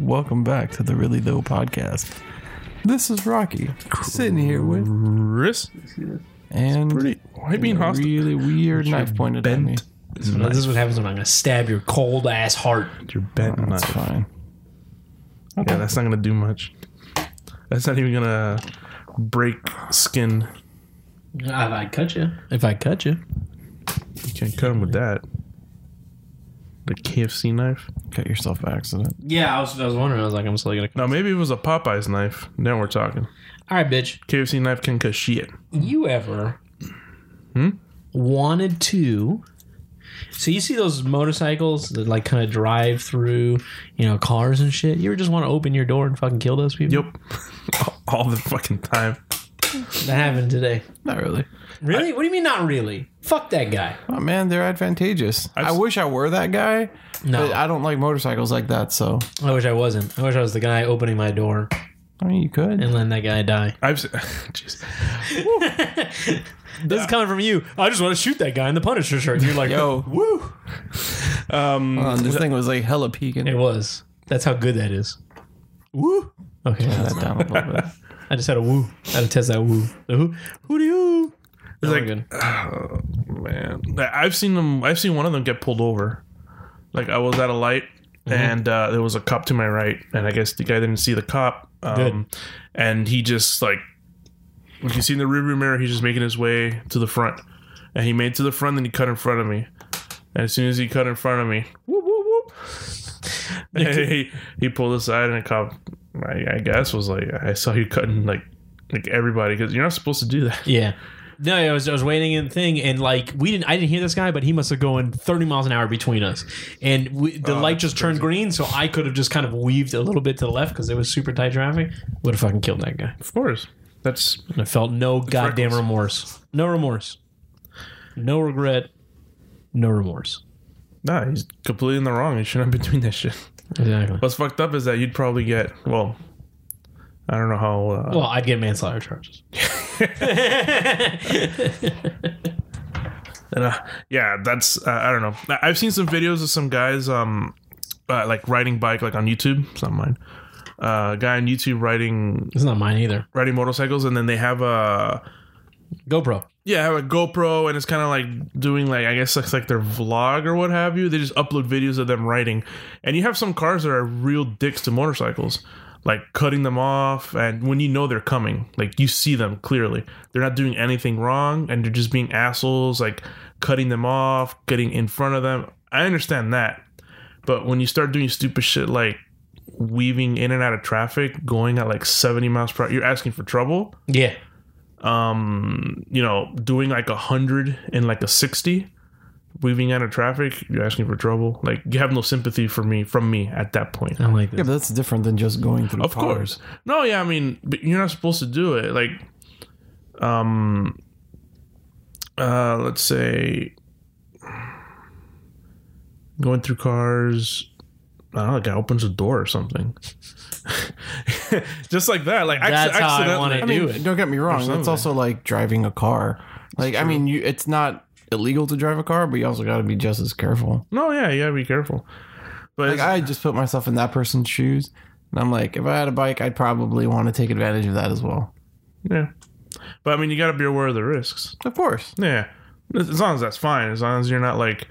welcome back to the Really Though podcast. This is Rocky sitting here with Chris, and pretty- why you being a hostile? really weird knife pointed at me. This, is what- this is what happens when I'm going to stab your cold ass heart. your bent That's knife. fine. Yeah, that's not gonna do much. That's not even gonna break skin. If I cut you, if I cut you, You can't cut him with that. The KFC knife. Cut yourself by accident. yeah, I was, I was wondering. I was like, I'm still gonna. Cut. Now maybe it was a Popeyes knife. Now we're talking. All right, bitch. KFC knife can cut shit. You ever Hmm? wanted to? So you see those motorcycles that like kind of drive through, you know, cars and shit. You ever just want to open your door and fucking kill those people? Yep. All the fucking time. that happened today. Not really. Really? what do you mean not really? Fuck that guy. Oh man, they're advantageous. i s- wish I were that guy, No, but I don't like motorcycles like that. So I wish I wasn't. I wish I was the guy opening my door I mean, you could. and letting that guy die. I've se- jeez. This is coming from you. I just want to shoot that guy in the Punisher shirt. You're like, Yo, Woo. Um. hold on, this thing was like hella peeking. it was. That's how good that is. woo. Okay, That down a little bit. I just had a woo. I had to test that woo. The who? Who do you? It's we're like, good. oh, man, I- I've seen them. I've seen one of them get pulled over. Like I was at a light, and uh, there was a cop to my right, and I guess the guy didn't see the cop. Um, and he just like, you can see in the rearview mirror, he's just making his way to the front, and he made it to the front, then he cut in front of me. And as soon as he cut in front of me, whoop whoop whoop, he, he pulled aside, and a cop, I, I guess, was like, I saw you cutting like like everybody because you're not supposed to do that. Yeah. No, I was, I was waiting in the thing, and like we didn't, I didn't hear this guy, but he must have going thirty miles an hour between us, and we, Oh, the light just turned green, so I could have just kind of weaved a little bit to the left because it was super tight traffic. Would have fucking killed that guy, Of course. That's and I felt no goddamn reckless. remorse, no remorse, no regret, no remorse. nah, he's completely in the wrong. He shouldn't have been doing that shit. Exactly. What's fucked up is that you'd probably get well. I don't know how. Uh, Well, I'd get manslaughter charges. and, uh, yeah, that's uh, I don't know. I- I've seen some videos of some guys um uh, like riding bike like on YouTube. It's not mine. Uh, guy on YouTube riding It's not mine either. riding motorcycles, and then they have a GoPro. yeah have a GoPro, and it's kind of like doing like I guess it's like their vlog or what have you. They just upload videos of them riding, and you have some cars that are real dicks to motorcycles, like cutting them off, and when you know they're coming, like you see them clearly. They're not doing anything wrong, and they're just being assholes, like cutting them off, getting in front of them. I understand that, but when you start doing stupid shit like weaving in and out of traffic, going at like seventy miles per hour, you're asking for trouble Yeah. um, you know, doing like a hundred and like a sixty, weaving out of traffic, you're asking for trouble. Like you have no sympathy for me from me at that point. I like Yeah, this. but that's different than just going through Of cars. course. No, yeah, I mean, but you're not supposed to do it. Like, um, uh, let's say going through cars. I don't know, like I opens a door or something. Just like that. Like, acc- That's how I accidentally- want it. I mean, do it. Don't get me wrong. That's something. also like driving a car. Like, I mean, you, it's not illegal to drive a car, but you also got to be just as careful. No, yeah, you gotta be careful. But Like, it's- I just put myself in that person's shoes, and I'm like, if I had a bike, I'd probably want to take advantage of that as well. Yeah. But I mean, you got to be aware of the risks. Of course. Yeah. As as long as that's fine. As long as you're not like,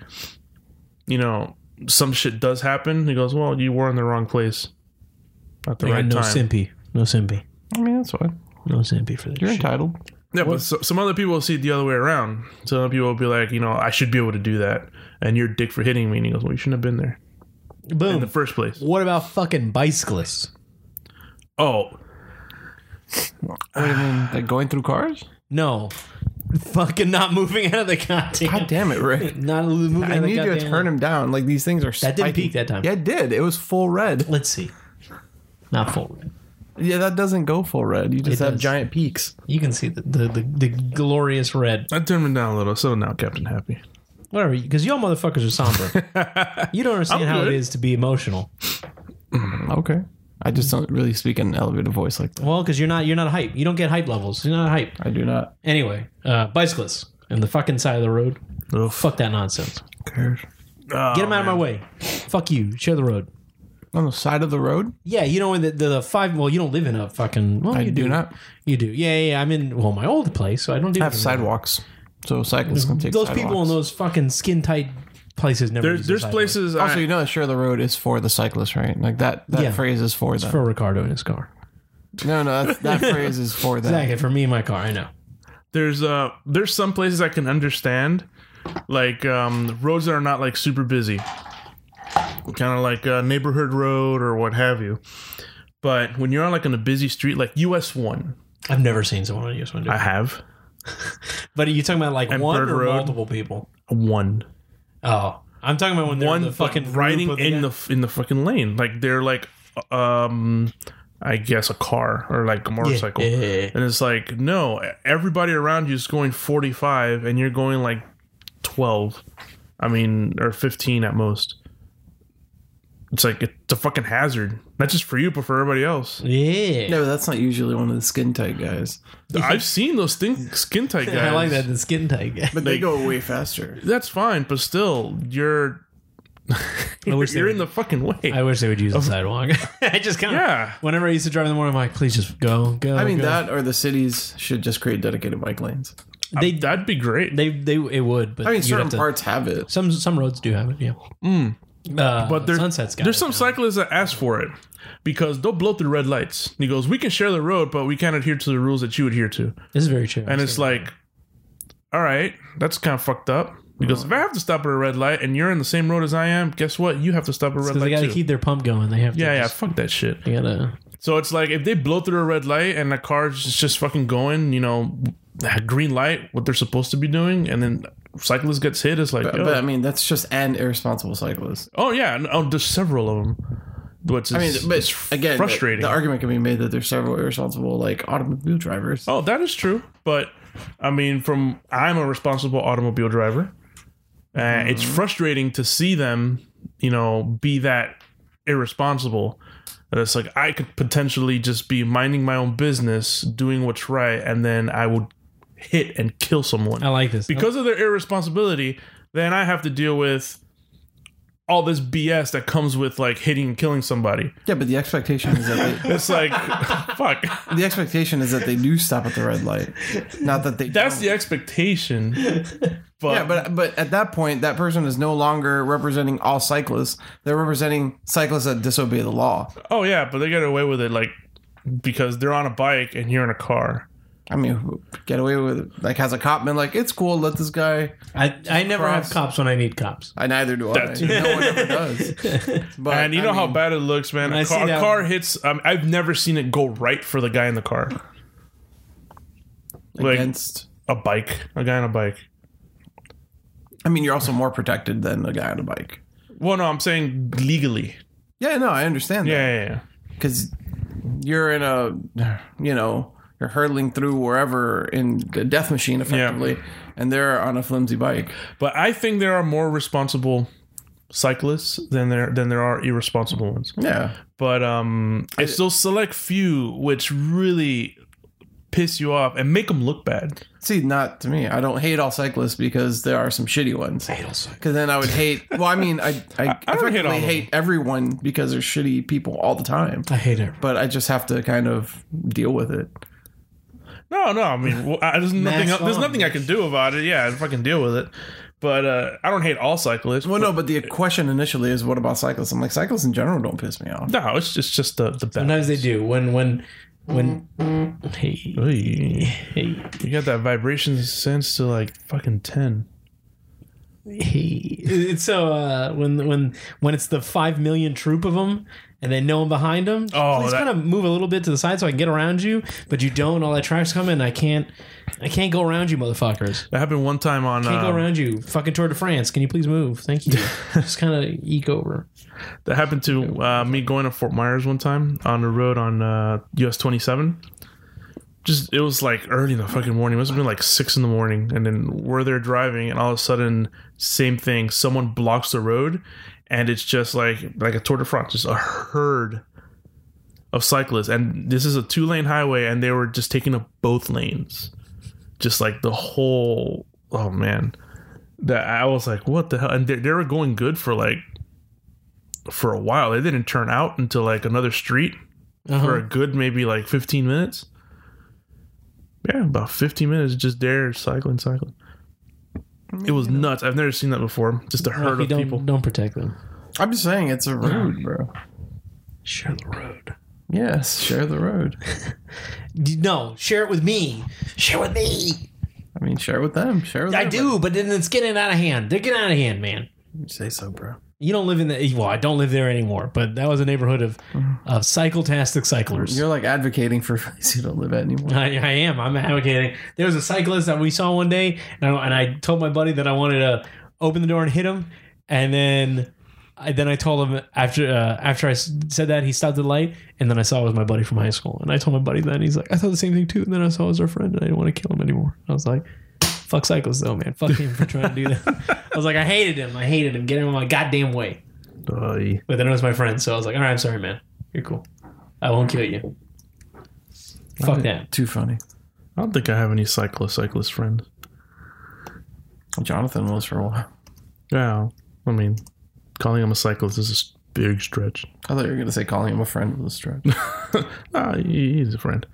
you know, some shit does happen. He goes, well, you were in the wrong place at the I got right no time. simpy. No simpy. I mean, that's fine. No simpy for this You're shit. entitled. Yeah, but so, some other people will see it the other way around. Some other people will be like, you know, I should be able to do that. And you're a dick for hitting me. And he goes, well, you shouldn't have been there in Boom. the first place. what about fucking bicyclists? Oh, What do you mean? Like going through cars? No. Fucking not moving out of the goddamn. God damn it, Rick. Not moving out I of the need you to goddamn- turn him down. Like these things are. That didn't peak that time. Yeah, it did. It was full red. Let's see. Not full. red. Yeah, that doesn't go full red. You just It have does. giant peaks. You can see the, the, the, the glorious red. I turned him down a little. So now Captain Happy. Whatever. Because y'all motherfuckers are somber. you don't understand I'm how good. it is to be emotional. Okay. I just don't really speak in an elevated voice like that. Well, because you're not you're not hype. You don't get hype levels. You're not hype. I do not. Anyway, uh, bicyclists and the fucking side of the road. Little Fuck that nonsense. cares? Uh, Oh, Get them out of my way. Fuck you. Share the road. on the side of the road. Yeah, you know, in the, the, the five. Well, you don't live in a fucking. Well, I you do, not You do. Yeah, yeah, yeah. I'm in. Well, my old place, so I don't do have that. sidewalks, so cyclists can take Those people in sidewalks. those fucking skin tight places never. There's use there's the sidewalk. places. Also, you know that share the road is for the cyclists, right? Like that that Yeah. phrase is for them. for Ricardo in his car. no, no, that's, that phrase is for them. Exactly for me in my car. I know. there's uh there's some places I can understand, like um roads that are not like super busy, kind of like a neighborhood road or what have you. But when you're on like on a busy street, like US one, I've never seen someone on US one do. I it. have But are you talking about like And one Bird or Road. multiple people? one Oh, I'm talking about when they're one in the fucking fucking riding group of in guy- the f- in the fucking lane, like they're like um I guess a car or like a motorcycle. Yeah, yeah, yeah. And it's like, no, everybody around you is going 45 and you're going like 12. I mean, or 15 at most. It's like, it's a fucking hazard. Not just for you, but for everybody else. Yeah. No, but that's not usually one of the skin tight guys. I've seen those thin, skin tight guys. I like that the skin tight guy. But they go way faster. That's fine, but still, you're. I wish they you're would- in the fucking way. I wish they would use the sidewalk. I just kind of Yeah. Whenever I used to drive in the morning, I'm like, please just go, go. I mean, go. that or the cities should just create dedicated bike lanes. they That'd be great. they they it would, but I mean, you'd certain have to- parts have it. Some some roads do have it, yeah. Uh, Hmm. But there's sunset's got there's it some now. cyclists that ask for it because they'll blow through red lights. And he goes, "We can share the road, but we can't adhere to the rules that you adhere to." This is very true. And it's like, all right, that's kind of fucked up. Because if I have to stop at a red light and you're in the same road as I am, guess what? You have to stop at a red because they light got to too. keep their pump going. They have to. yeah, yeah, just- fuck that shit. They gotta. So it's like if they blow through a red light and the car's just- just fucking going, you know, green light, what they're supposed to be doing, and then cyclist gets hit. It's like, But, yo. but I mean, that's just an irresponsible cyclist. oh yeah, and- oh, there's several of them. What's I mean, but it's again, the- frustrating. The, argument can be made that there's several irresponsible like automobile drivers. Oh, that is true. But I mean, from I'm a responsible automobile driver. Uh, It's frustrating to see them, you know, be that irresponsible. And it's like I could potentially just be minding my own business, doing what's right, and then I would hit and kill someone I like this because of their irresponsibility. Then I have to deal with all this BS that comes with like hitting and killing somebody. Yeah, but the expectation is that they, It's like, fuck. the expectation is that they do stop at the red light, not that they. That's don't. the expectation. But yeah, but but at that point, that person is no longer representing all cyclists. They're representing cyclists that disobey the law. Oh yeah, but they get away with it like because they're on a bike and you're in a car. I mean, who- get away with it. like has a cop been like, it's cool, let this guy. I I never have Cross. cops when I need cops. I neither do I. That too. No one ever does. But And you know I how mean, bad it looks, man. I A see car, a that- car hits. Um, I've never seen it go right for the guy in the car. like- against. A bike, a guy on a bike. I mean, you're also more protected than the guy on a bike. Well, no, I'm saying legally. Yeah, no, I understand that Yeah, yeah, yeah. because you're in a, you know, you're hurtling through wherever in the death machine effectively, and they're on a flimsy bike. But I think there are more responsible cyclists than there than there are irresponsible ones. Yeah, But um, it's those select few which really piss you off and make them look bad. see, not to me. I don't hate all cyclists because there are some shitty ones. Because then I would hate. Well, I mean, I I, I don't hate all effectively of them. hate everyone because they're shitty people all the time. I hate her. But I just have to kind of deal with it. No, no. I mean, well, I, there's nothing. Max There's on. nothing I can do about it. Yeah, I fucking deal with it. But uh, I don't hate all cyclists. Well, no, but the question initially is, what about cyclists? I'm like, cyclists in general don't piss me off. no, it's just, it's just the the best. Sometimes they do when when when. Hey Mm-hmm. hey You got that vibration sense to like fucking ten. hey. It's so uh, when when when it's the five million troop of them. And they know I'm behind them. Oh, please that- kind of move a little bit to the side so I can get around you, but you don't. All that traffic's coming. I can't, I can't go around you, motherfuckers. That happened one time on. Can't go um, around you. Fucking Tour de France. Can you please move? Thank you. Just kind of eke over. That happened to uh, me going to Fort Myers one time on the road on uh, US 27. Just it was like early in the fucking morning. It must have been like six in the morning, and then we're there driving, and all of a sudden, same thing. Someone blocks the road, and it's just like like a Tour de France, just a herd of cyclists. And this is a two lane highway, and they were just taking up both lanes, just like the whole. Oh man, that I was like, what the hell? And they, they were going good for like for a while. They didn't turn out until like another street Uh-huh. for a good maybe like 15 minutes. Yeah, about 15 minutes just there cycling, cycling. It was nuts. I've never seen that before. Just a herd of don't, people. Don't protect them. I'm just saying it's a road, bro. Share the road. Yes, share the road. No, share it with me. Share with me. I mean, share with them. Share with I them. do, but then it's getting out of hand. They're getting out of hand, man. You say so, bro. You don't live in the well. I don't live there anymore, but that was a neighborhood of of cycletastic cyclers. You're like advocating for a place you don't live at anymore. I, I am. I'm advocating. There was a cyclist that we saw one day, and I, and I told my buddy that I wanted to open the door and hit him, and then I, then I told him after uh, after I s- said that he stopped at the light, and then I saw it was my buddy from high school, and I told my buddy that and he's like, I thought the same thing too, and then I saw it was our friend, and I didn't want to kill him anymore. I was like. Fuck cyclists though, man. Fuck him for trying to do that. I was like, I hated him. I hated him. Get him out of my goddamn way. Uh, yeah. But then it was my friend, so I was like, all right, I'm sorry, man. You're cool. I won't kill you. Fuck that. Too funny. I don't think I have any cyclist cyclist friends. Jonathan was for a while. Yeah, I mean, calling him a cyclist is a big stretch. I thought you were gonna say calling him a friend was a stretch. Ah, he, he's a friend,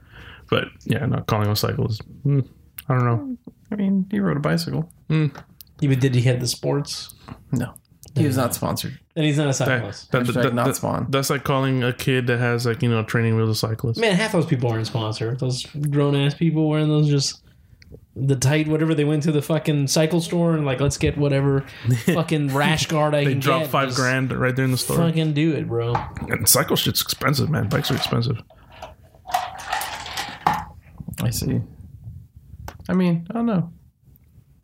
but yeah, not calling him a cyclist. Mm, I don't know. I mean, he rode a bicycle. Even did he had the sports? No, he was not sponsored. Then he's not a That- cyclist. that- Hashtag that- not that- spawn. That's like calling a kid that has like you know training wheels a cyclist. Man, half those people aren't sponsored. Those grown ass people wearing those just the tight whatever they went to the fucking cycle store and like let's get whatever fucking rash guard I They can drop get. five Just grand right there in the store. Fucking do it, bro. And cycle shit's expensive, man. Bikes are expensive. I see. I mean, I don't know.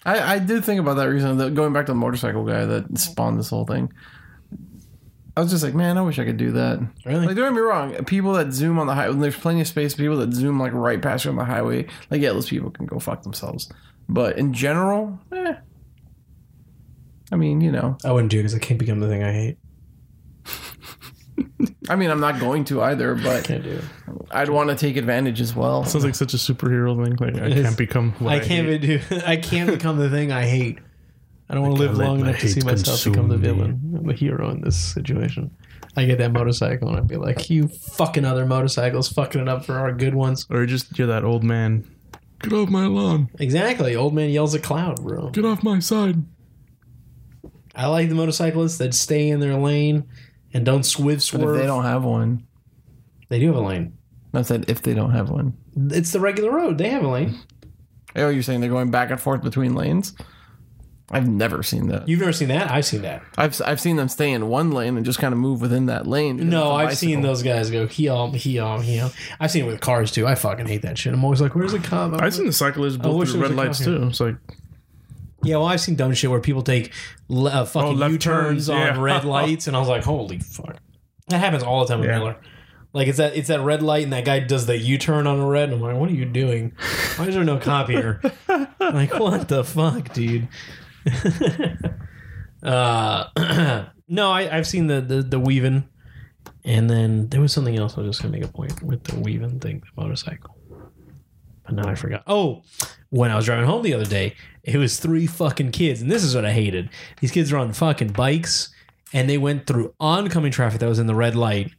I, I did think about that recently. That going back to the motorcycle guy that spawned this whole thing. I was just like, man, I wish I could do that. Really? Like, don't get me wrong. People that zoom on the highway, there's plenty of space. for People that zoom like right past you on the highway, like yeah, those people can go fuck themselves. But in general, eh. I mean, you know, I wouldn't do it because I can't become the thing I hate. I mean, I'm not going to either, but Can't do it. I'd want to take advantage as well. Sounds like such a superhero thing. Like I It is. can't become. What I can't hate. be- do. I can't become the thing I hate. I don't want I to live can't let long my enough to see hate myself become the consume me. villain. I'm the hero in this situation. I get that motorcycle and I'd be like, "You fucking other motorcycles, fucking it up for our good ones." Or just you're that old man. Get off my lawn. Exactly. Old man yells at cloud, bro. Get off my side. I like the motorcyclists that stay in their lane and don't swift But if swerve. they don't have one, They do have a lane. I said if they don't have one. It's the regular road. They have a lane. Oh, you're saying they're going back and forth between lanes? I've never seen that. You've never seen that? I've seen that. I've I've seen them stay in one lane and just kind of move within that lane. because No, it's a I've seen bicycle. those guys go he um he um he um. I've seen it with cars too. I fucking hate that shit. I'm always like, "Where's the cop?" I've seen the cyclists I go wish through there red was a cop lights here. too. It's like Yeah, well, I've seen dumb shit where people take le- uh, fucking Oh, left U turns turns, on yeah. red lights, and I was like, holy fuck, that happens all the time with Yeah. Miller. Like it's that it's that red light, and that guy does the U turn on a red, and I'm like, what are you doing? Why is there no cop here? like, what the fuck, dude? uh, no, I, I've seen the, the the weaving, and then there was something else. I was just gonna make a point with the weaving thing, the motorcycle. But now I forgot. Oh, when I was driving home the other day, it was three fucking kids, and this is what I hated. These kids are on fucking bikes, and they went through oncoming traffic that was in the red light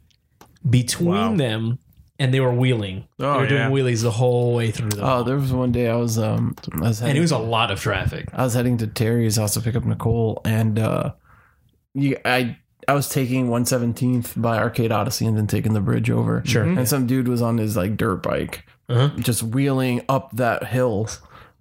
between Wow. them, and they were wheeling. Oh, they were yeah. doing wheelies the whole way through. The Oh, there was one day I was um I was and heading, it was a lot of traffic. I was heading to Terry's house to pick up Nicole and uh you I I was taking 117th by Arcade Odyssey and then taking the bridge over. Sure. And some dude was on his like dirt bike Uh-huh. just wheeling up that hill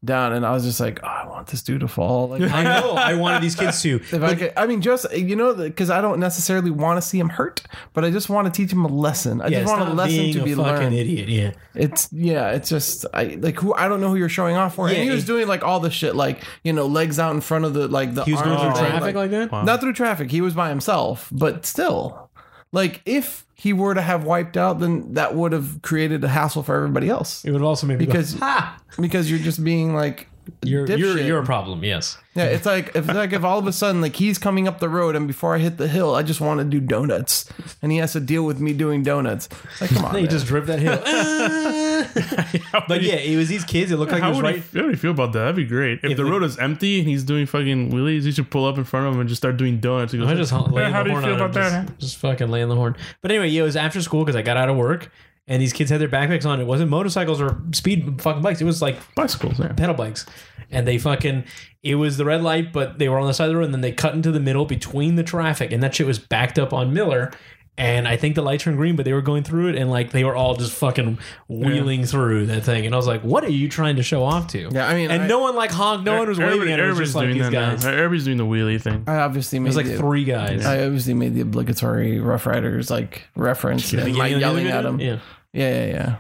down and I was just like, oh, I want this dude to fall. Like I know. I wanted these kids to. If I, could, I mean, just you know, because I don't necessarily want to see him hurt, but I just want to teach him a lesson. I Yeah, just want a stop lesson being to a be fucking learned. idiot. Yeah. It's yeah, it's just I like who I don't know who you're showing off for. Yeah, and he was he- doing like all the shit, like you know, legs out in front of the like the He was going arms through thing, traffic like that. not through traffic. He was by himself, but still, like if he were to have wiped out, then that would have created a hassle for everybody else It would also make me Because- go, "Ah!" ha, because you're just being like. you're you're, dipshit. you're a problem. Yes. Yeah, it's like if like if all of a sudden like he's coming up the road and before I hit the hill, I just want to do donuts, and he has to deal with me doing donuts. It's Like, come on, They man. just drip that hill. Eh. But yeah, it was these kids. It looked like it How was would, right. he, how would he feel about that? That'd be great. If, If the the- road is empty and he's doing fucking wheelies, he should pull up in front of him and just start doing donuts. He goes, I just hon- "Man, laying how the do you horn feel on about him, that? Just, just fucking laying the horn. But anyway, yeah, it was after school because I got out of work, and these kids had their backpacks on. It wasn't motorcycles or speed fucking bikes. It was like Bicycles, man. pedal bikes. And they fucking, it was the red light, but they were on the side of the road, and then they cut into the middle between the traffic, and that shit was backed up on Miller. And I think the light turned green, but they were going through it, and like they were all just fucking wheeling through that thing. And I was like, "What are you trying to show off to?" Yeah, I mean, and I- no one like honked, no one was waving at it. It was just like doing these that now. guys. Everybody's doing the wheelie thing. I obviously made It was like the, three guys. I obviously made the obligatory Rough Riders like reference and like Beginning of the yelling at him. video? Yeah. yeah, yeah, yeah.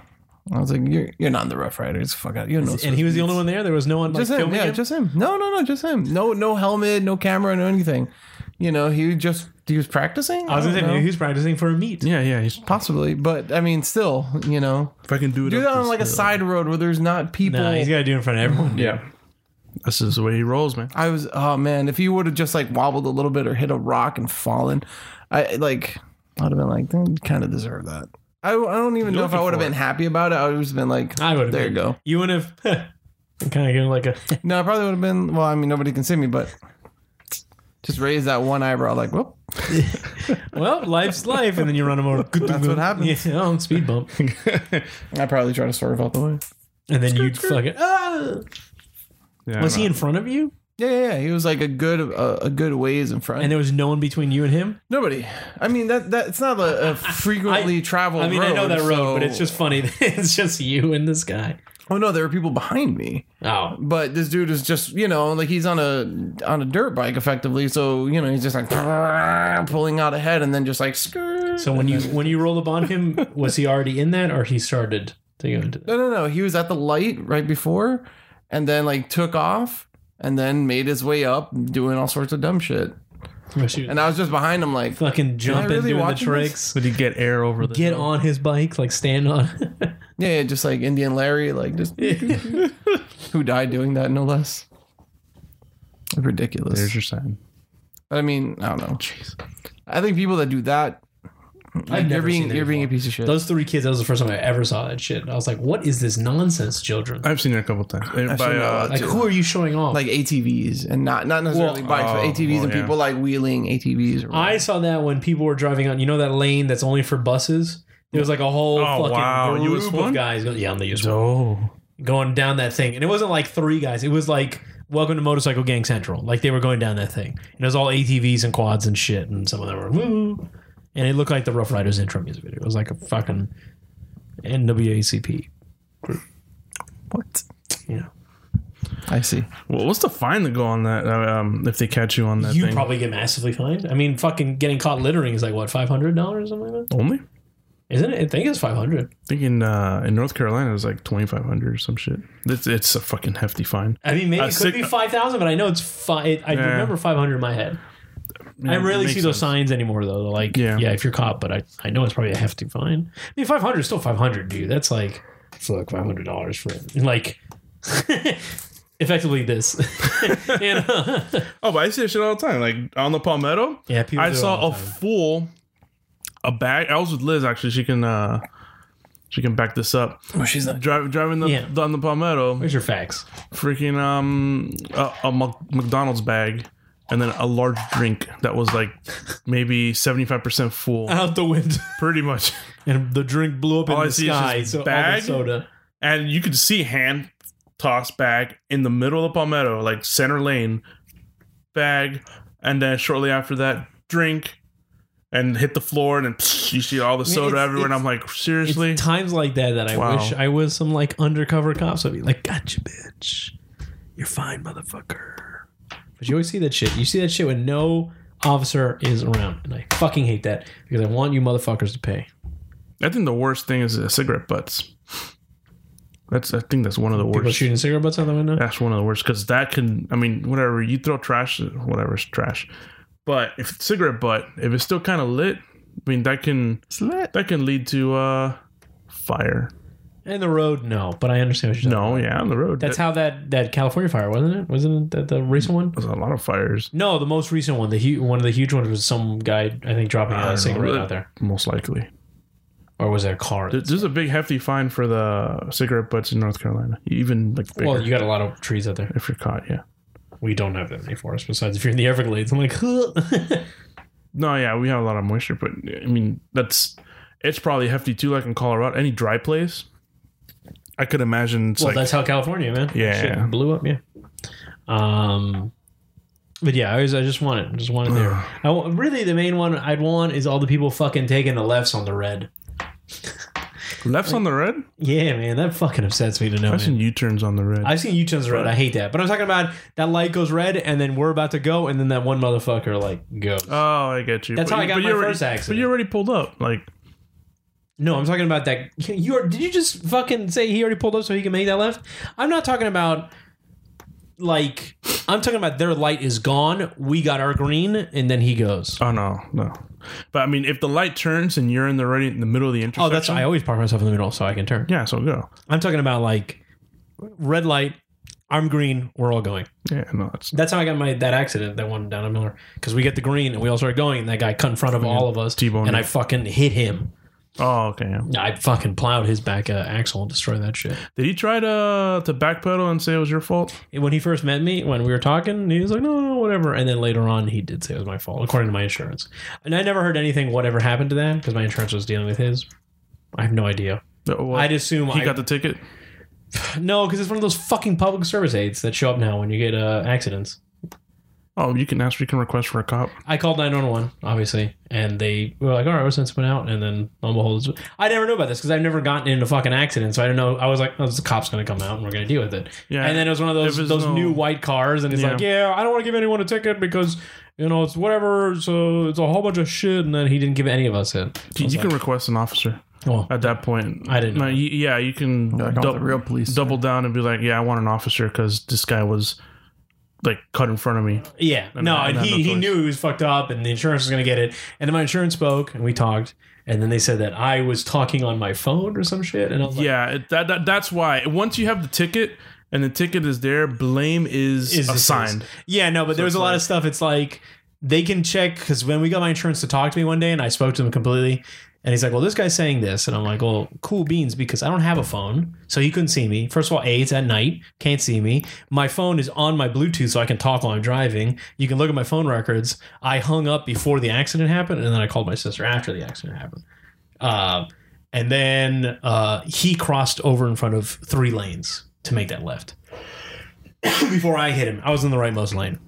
I was like, "You're you're not in the Rough Riders. Fuck out. You know." and he was the only one there. There was no one like Just him. filming Yeah, him. just him. No, no, no, just him. No, no helmet, no camera, no anything. You know, he just he was practicing. I was gonna don't say know. maybe he was practicing for a meet. Yeah, yeah. He's possibly, but I mean, still, you know, fucking do it. do up that to on like a still. side road where there's not people. Nah, he's got to do it in front of everyone. Yeah. This is the way he rolls, man. I was oh man, if he would have just like wobbled a little bit or hit a rock and fallen, I like I'd have been like, they kind of deserve that. I, I don't even know if I looking would have for been happy about it. I would have just been like, I would. There you go. You would have. kind of given like a. No, I probably would have been. Well, I mean, nobody can see me, but just raise that one eyebrow, like, whoop. Well, life's life, and then you run him over. That's what happens. Yeah, on speed bump, I probably try to swerve out the way. and then you'd fucking. Ah! Yeah, Was I he in front of you? Yeah, yeah, yeah. He was like a good, a, a good ways in front. And And there was no one between you and him. nobody. I mean, that that it's not a, a frequently traveled. I mean, I know that road, Oh, so- but it's just funny. that it's just you and this guy. Oh no, there were people behind me. Oh, but this dude is just you know like he's on a on a dirt bike effectively so you know he's just like pulling out ahead and then just like skirt. so when you when you rolled up on him, was he already in that, or he started to go into that? no no no he was at the light right before and then like took off and then made his way up doing all sorts of dumb shit Or she was and i was just behind him like fucking jumping, really doing the watching this? tricks. Did he get air over the Get on his bike, like stand on. yeah yeah, just like indian larry like just who died doing that no less ridiculous There's your sign. i mean i don't know Jeez. i think people that do that like, you're never being seen that you're being a before. piece of shit Those three kids, that was the first time I ever saw that shit. I was like, what is this nonsense, children? I've seen it a couple times. Uh, I've by, seen uh, that. Like, who are you showing off? like ATVs and not not necessarily Well, bikes, but oh, ATVs and well, yeah. people like wheeling ATVs. Or I saw that when people were driving on, you know, that lane that's only for buses? There was like a whole Oh, fucking wow. group US of one? guys going, yeah, on the US one, oh. going down that thing. And it wasn't like three guys, it was like, Welcome to Motorcycle Gang Central. Like, they were going down that thing. And it was all ATVs and quads and shit. And some of them were, woo. And it looked like the Rough Riders intro music video. It was like a fucking NWACP. what? You know, I see. Well, what's the fine to go on that uh, um, if they catch you on that you thing? probably get massively fined. I mean, fucking getting caught littering is like what five hundred dollars or something like that, Only? I isn't it? I think it's five hundred. think in, uh, in North Carolina it was like 2500 or some shit. It's, it's a fucking hefty fine. I mean, maybe Uh, it could sick- be five thousand, but I know it's five. I Yeah. remember five hundred in my head. I Yeah, rarely makes see those sense. signs anymore, though. They're Like, yeah. Yeah. if you're caught, but I, I know it's probably a hefty fine. I mean, five hundred is still five hundred, dude. That's like, it's like five hundred dollars for it. like, effectively this. you know? Oh, but I see that shit all the time. Like on the Palmetto, Yeah, people I do it saw a all the time. fool, a bag. I was with Liz actually. She can, uh, she can back this up. Oh, she's not. Drive, driving the Yeah. down the Palmetto, Where's your facts? freaking um a, a Mc- McDonald's bag, and then a large drink that was like maybe seventy five percent full, Out the window, pretty much. and the drink blew up in All I the see is sky. just So all the bag. soda. And you could see hand toss bag in the middle of the Palmetto, like center lane, bag, and then shortly after that drink. And hit the floor, and then you see all the soda it's- everywhere. And I'm like, It's seriously? times like that that I Wow. wish I was some like undercover cops. I'd be like, "Gotcha, bitch. You're fine, motherfucker." But you always see that shit. You see that shit when no officer is around, and I fucking hate that because I want you motherfuckers to pay. I think the worst thing is uh, cigarette butts. That's I think that's one of the People worst. shooting cigarette butts out the window. That's one of the worst because that can. I mean, whatever you throw trash, whatever's trash. But if it's cigarette butt, if it's still kind of lit, I mean that can Slit. that can lead to uh fire. And the road, no. But I understand what you're saying. No, yeah, on the road. That's that, how that that California fire wasn't it? Wasn't it that the recent one? there's a lot of fires, No, the most recent one, the hu- one of the huge ones was some guy I think dropping I a don't cigarette know. out there. most likely. or was there a car? There- There's a big hefty fine for the cigarette butts in North Carolina. Even like bigger Well, you got a lot of trees out there. if you're caught, yeah. We don't have that many forests. Besides, if you're in the Everglades, I'm like, No, yeah, we have a lot of moisture, but I mean that's it's probably hefty too. Like in Colorado, any dry place, I could imagine it's well, like that's how California, man. Yeah. Shit blew up. Yeah. Um, but yeah, I, always, I just want it. I just want it there. I wa- really the main one I'd want is all the people fucking taking the lefts on the red. left's on the red. Yeah, man, that fucking upsets me to know. I've man. seen U turns on the red. I've seen U-turns red. I hate that. But I'm talking about that light goes red, and then we're about to go, and then that one motherfucker like goes. oh, I get you. That's how I you- got my you already- first accident. But you already pulled up. Like No, I'm talking about that. You are, did you just fucking say he already pulled up so he can make that left? I'm not talking about like I'm talking about their light is gone. We got our green, and then he goes. Oh no, no. But I mean, if the light turns and you're in the right in the middle of the intersection, Oh, that's I always park myself in the middle so I can turn. yeah. So go. I'm talking about like red light. I'm green. We're all going. Yeah, no, that's That's how I got my that accident that one down at Miller because we get the green and we all start going. And that guy cut in front of all of us, T-boned and you. I fucking hit him. oh okay. yeah. I fucking plowed his back uh, axle and destroyed that shit. Did he try to to backpedal and say it was your fault? when he first met me, when we were talking, he was like, no, no, whatever. And then later on, he did say it was my fault, according to my insurance. And I never heard anything whatever happened to that because my insurance was dealing with his. I have no idea. No, well, I'd assume he I got the ticket. no, because it's one of those fucking public service aids that show up now when you get uh, accidents. Oh, you can ask. You can request for a cop. I called nine one one, obviously, and they were like, "All right, we'll send someone out." And then lo and behold, it's- I never knew about this because I've never gotten into a fucking accident, so I don't know. I was like, "Oh, the cop's going to come out and we're going to deal with it." Yeah. And then it was one of those If it's those no- new white cars, and it's Yeah. like, "Yeah, I don't want to give anyone a ticket because you know it's whatever, so it's a whole bunch of shit." And then he didn't give any of us it. I You was can like, request an officer "Oh." at that point. I didn't No, know. you, yeah, you can Like, I want dou- the real police. double down and be like, yeah, I want an officer because this guy was like cut in front of me. Yeah, no, I- I and had he, no he choice. knew he was fucked up, and the insurance was gonna get it. And then my insurance spoke, and we talked, and then they said that I was talking on my phone or some shit, and I was like, Yeah, it, that, that that's why. Once you have the ticket and the ticket is there, blame is, is this assigned. is. Yeah, no, but there was a lot of stuff. It's like they can check because when we got my insurance to talk to me one day, and I spoke to him completely, and he's like, "Well, this guy's saying this," and I'm like, "Well, cool beans," because I don't have a phone, so he couldn't see me. First of all, a it's at night, can't see me. My phone is on my Bluetooth, so I can talk while I'm driving. You can look at my phone records. I hung up before the accident happened, and then I called my sister after the accident happened. Uh, and then uh, he crossed over in front of three lanes to make that left before I hit him. I was in the rightmost lane.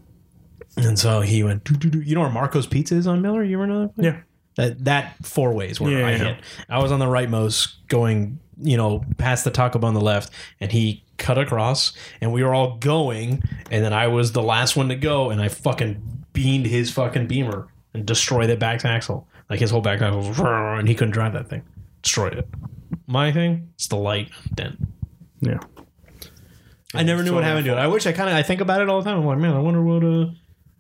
And so he went, doo, doo, doo. you know where Marco's Pizza is on Miller? You were another place? Yeah. That, that four ways where Yeah, I yeah, hit. I was on the rightmost going, you know, past the Taco Bell on the left, and he cut across, and we were all going, and then I was the last one to go, and I fucking beamed his fucking beamer and destroyed the back axle. Like his whole back axle, was, and he couldn't drive that thing. Destroyed it. My thing, it's the light dent. Yeah. I never knew what happened to it. I wish I kind of I think about it all the time. I'm like, man, I wonder what uh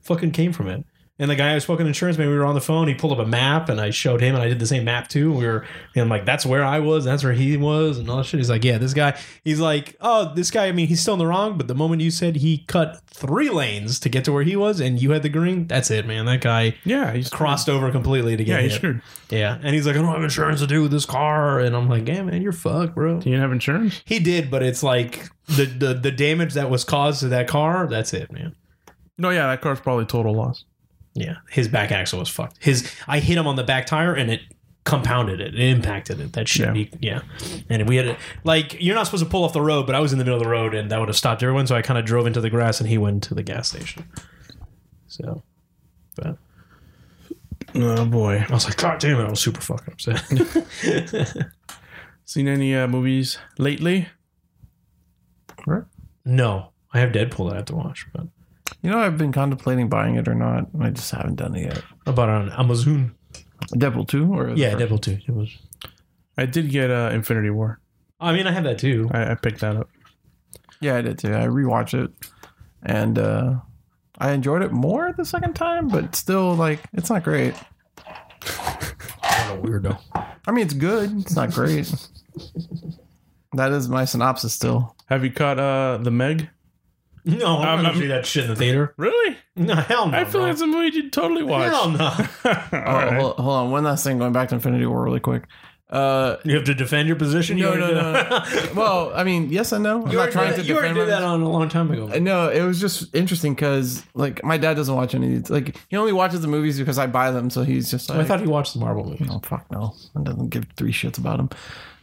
fucking came from it. And the guy I spoke in insurance, man, we were on the phone. He pulled up a map, and I showed him, and I did the same map too. We were, and I'm like, that's where I was, that's where he was, and all that shit. He's like, yeah, this guy. He's like, oh, this guy. I mean, he's still in the wrong, but the moment you said he cut three lanes to get to where he was, and you had the green, that's it, man. That guy Yeah, he's crossed over completely to get Yeah, hit. he's screwed. Yeah, and he's like, I don't have insurance to do with this car, and I'm like, yeah, man, you're fucked, bro. You didn't have insurance. He did, but it's like the, the the damage that was caused to that car. That's it, man. No, yeah, that car's probably total loss. Yeah, his back axle was fucked. His I hit him on the back tire and it compounded it. It impacted it. That should Yeah. be yeah. And we had a, like you're not supposed to pull off the road, but I was in the middle of the road and that would have stopped everyone. So I kind of drove into the grass and he went to the gas station. So, but Oh boy. I was like, God damn it! I was super fucking upset. Seen any uh, movies lately? no, I have Deadpool that I have to watch, but You know, I've been contemplating buying it or not. and I just haven't done it yet. I bought it on Amazon. Deadpool two or Yeah, Deadpool too. It was. I did get uh, Infinity War. I mean, I have that too. I, I picked that up. yeah, I did too. I rewatched it, and uh, I enjoyed it more the second time, but still, like, it's not great. What a weirdo. I mean, it's good. It's not great. that is my synopsis. Still, Have you caught uh, the Meg? No, Um, I'm not I'm- gonna do that shit in the theater. Really? No, hell no. I feel Oh, no. like it's a movie you totally watch. hell no. All oh, right. hold, hold on. One last thing. Going back to Infinity War really quick. Uh, You have to defend your position. No, You no, already no, did- no. well, I mean, yes and no. I'm You not already trying did to that- you already defend did that myself. on a long time ago. Uh, No, it was just interesting because like my dad doesn't watch any. of these- Like he only watches the movies because I buy them. So he's just like, I thought he watched the Marvel movie. oh fuck no, I doesn't give three shits about them.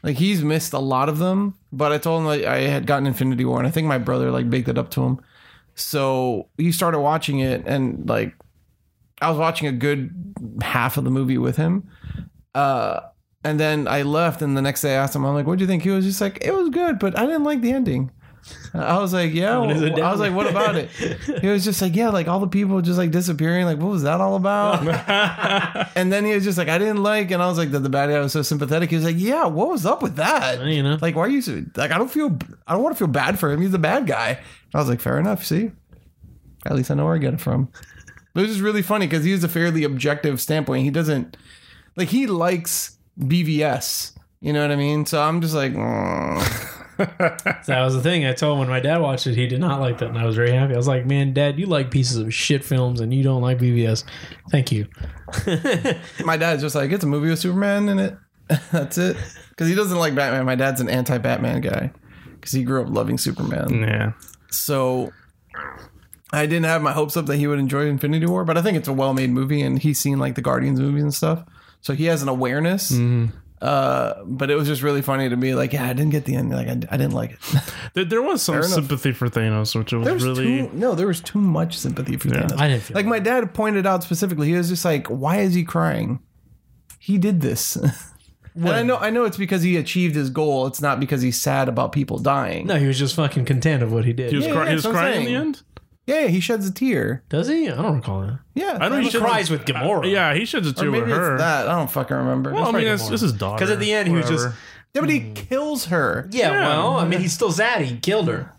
Like he's missed a lot of them, but I told him like I had gotten Infinity War, and I think my brother like baked it up to him. So he started watching it, and like I was watching a good half of the movie with him. Uh, and then I left, and the next day I asked him, I'm like, "What do you think?" He was just like, "It was good, but I didn't like the ending." I was like, "Yeah." What is it I was now? like, "What about it?" he was just like, "Yeah, like all the people just like disappearing. Like, what was that all about?" and then he was just like, "I didn't like," and I was like, "The, the bad guy was so sympathetic." He was like, "Yeah, what was up with that?" You know, Like, why are you so, like? I don't feel. I don't want to feel bad for him. He's the bad guy. I was like, fair enough. See, at least I know where I get it from. It was just really funny because he has a fairly objective standpoint. He doesn't like he likes BVS. You know what I mean? So I'm just like, mm. that was the thing. I told him when my dad watched it, he did not like that, and I was very happy. I was like, "Man, Dad, you like pieces of shit films, and you don't like BVS. Thank you." my dad's just like, it's a movie with Superman in it. That's it. Because he doesn't like Batman. My dad's an anti-Batman guy because he grew up loving Superman. Yeah. So I didn't have my hopes up that he would enjoy Infinity War, but I think it's a well made movie and he's seen like the Guardians movies and stuff. So he has an awareness. Mm-hmm. Uh, but it was just really funny to me. Like, yeah, I didn't get the end. Like, I, I didn't like it. There, there was some enough. sympathy for Thanos, which was There was really. too, no, there was too much sympathy for Thanos. I didn't feel like that. my dad pointed out specifically. He was just like, "Why is he crying? He did this." and I know, I know, it's because he achieved his goal. It's not because he's sad about people dying. No, he was just fucking content of what he did. He was, Yeah, cry- yeah, he was that's what I'm crying in the saying. end? Yeah, he sheds a tear. Does he? I don't recall that. Yeah, I know he Thanos- shouldn't- cries with Gamora. Yeah, he sheds a Or tear maybe with her. it's that. I don't fucking remember. Well, I mean, probably it's, Gamora. this is daughter. 'Cause at the end he was just- whatever. Yeah, but he kills her. Yeah, Yeah. well, I mean, he's still sad. He killed her.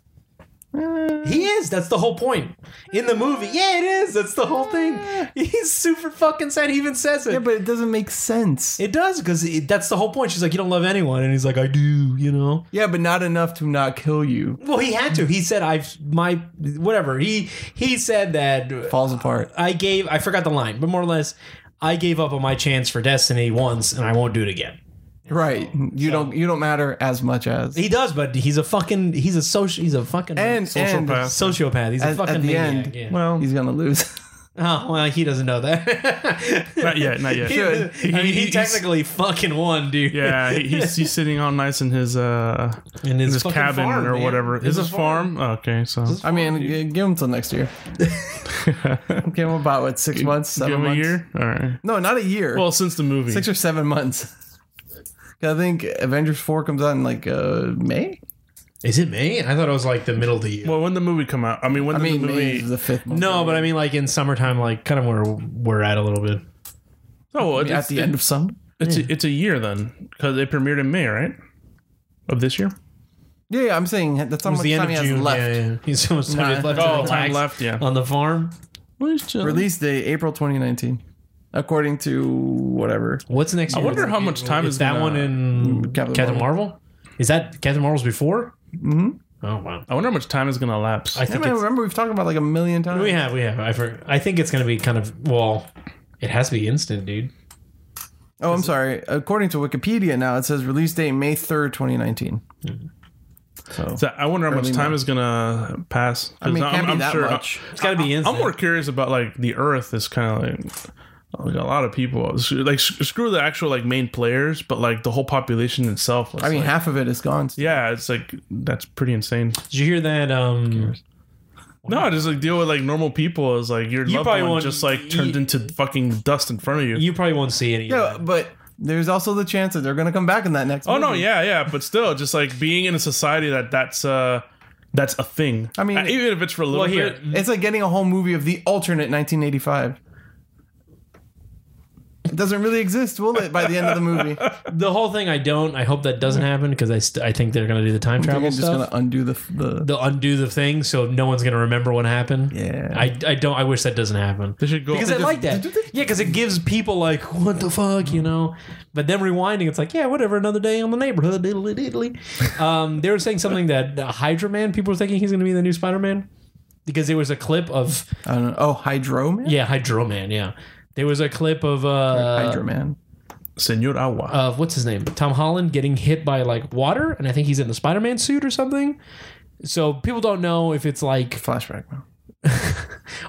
Uh, He is. That's the whole point in the movie. Yeah, it is. That's the whole thing. He's super fucking sad. He even says it. Uh. Yeah, but it doesn't make sense. it does because that's the whole point. She's like, you don't love anyone, and he's like, I do. You know. yeah, but not enough to not kill you. Well, he had to. He said, "I've my whatever." He he said that Falls apart. I gave. I forgot the line, but more or less, I gave up on my chance for Destiny once, and I won't do it again. Right. You don't you don't matter as much as He does, but he's a fucking. He's a social. He's a fucking and Social and path. sociopath. He's At- a at fucking the maniac. end- yeah. Well, he's gonna lose. Oh well, he doesn't know that. Not yet, not yet. He, Should. I mean, He- he he's- technically fucking won, dude. yeah, he, he's, he's sitting all nice in his uh in in his, his fucking cabin farm, or man. whatever. Is It's his a farm. farm? Oh, Okay, so I mean, g- give him till next year. give him about what six months, give seven him a months. year. All right. No, not a year. Well, since the movie, six or seven months. 'Cause I think Avengers four comes out in like uh, May. Is it May? I thought it was like the middle of the year. well, when the movie come out, I mean, when I the mean, May movie. is the fifth. Month no, but I mean, like in summertime, like kind of where we're at a little bit. oh, well, at it's, the end of summer. it's a, it's a year then because it premiered in May, right? Of this year. Yeah, yeah, I'm saying that's how It was much the time end he of has June. left. Yeah, yeah. He's so much time Nah. he's left. Oh, to time relax left, yeah. On the farm. Release date April 2019, according to whatever. What's next? I year? wonder how much time is is that gonna- one in Captain Captain, Marvel? Is that Captain Marvel's before? Mhm. Oh wow. I wonder how much time is gonna elapse. I I, think mean, it's, remember we've talked about like a million times. we have we have. I for, I think it's gonna be kind of well. It has to be instant, dude. oh, I'm sorry. According to Wikipedia, now it says release date May 3rd, 2019. So So I wonder how much Early time is gonna pass. 'Cause I mean, it can't I'm- be I'm that sure- uh, much. It's gotta be instant. I'm more curious about like the Earth is kind of like like a lot of people. Like sc- screw the actual like main players, but like the whole population itself. was, I mean, like- half of it is gone. yeah, it's like that's pretty insane. Did you hear that? Um, No, just like deal with like normal people is like your You loved probably one won't- just like turned you- into fucking dust in front of you. you probably won't see any. Yeah, but there's also the chance that they're going to come back in that next. oh no, movie. yeah, yeah, but still, just like being in a society that that's uh that's a thing. I mean- Uh, even if it's for a little Well, bit. here, It's like getting a whole movie of the alternate 1985. It doesn't really exist, will it? By the end of the movie, the whole thing. I don't. I hope that doesn't happen because I, st- I think they're gonna do the time you're travel just going stuff. to undo the the. They'll undo the thing, so no one's gonna remember what happened. Yeah. I, I don't. I wish that doesn't happen. they should go Because I just- like that. Yeah, because it gives people like, what the fuck, you know? But then rewinding, it's like, yeah, whatever, another day on the neighborhood, diddly diddly. Um, they were saying something that uh, Hydra Man, people were thinking he's going to be the new Spider Man. Because there was a clip of, I don't know. Oh, Hydro Man. yeah, Hydro Man, yeah. There was a clip of, uh, Hydro Man. Senor Agua. of what's his name, Tom Holland getting hit by like water, and I think he's in the Spider Man suit or something. So people don't know if it's like Flashback. Man.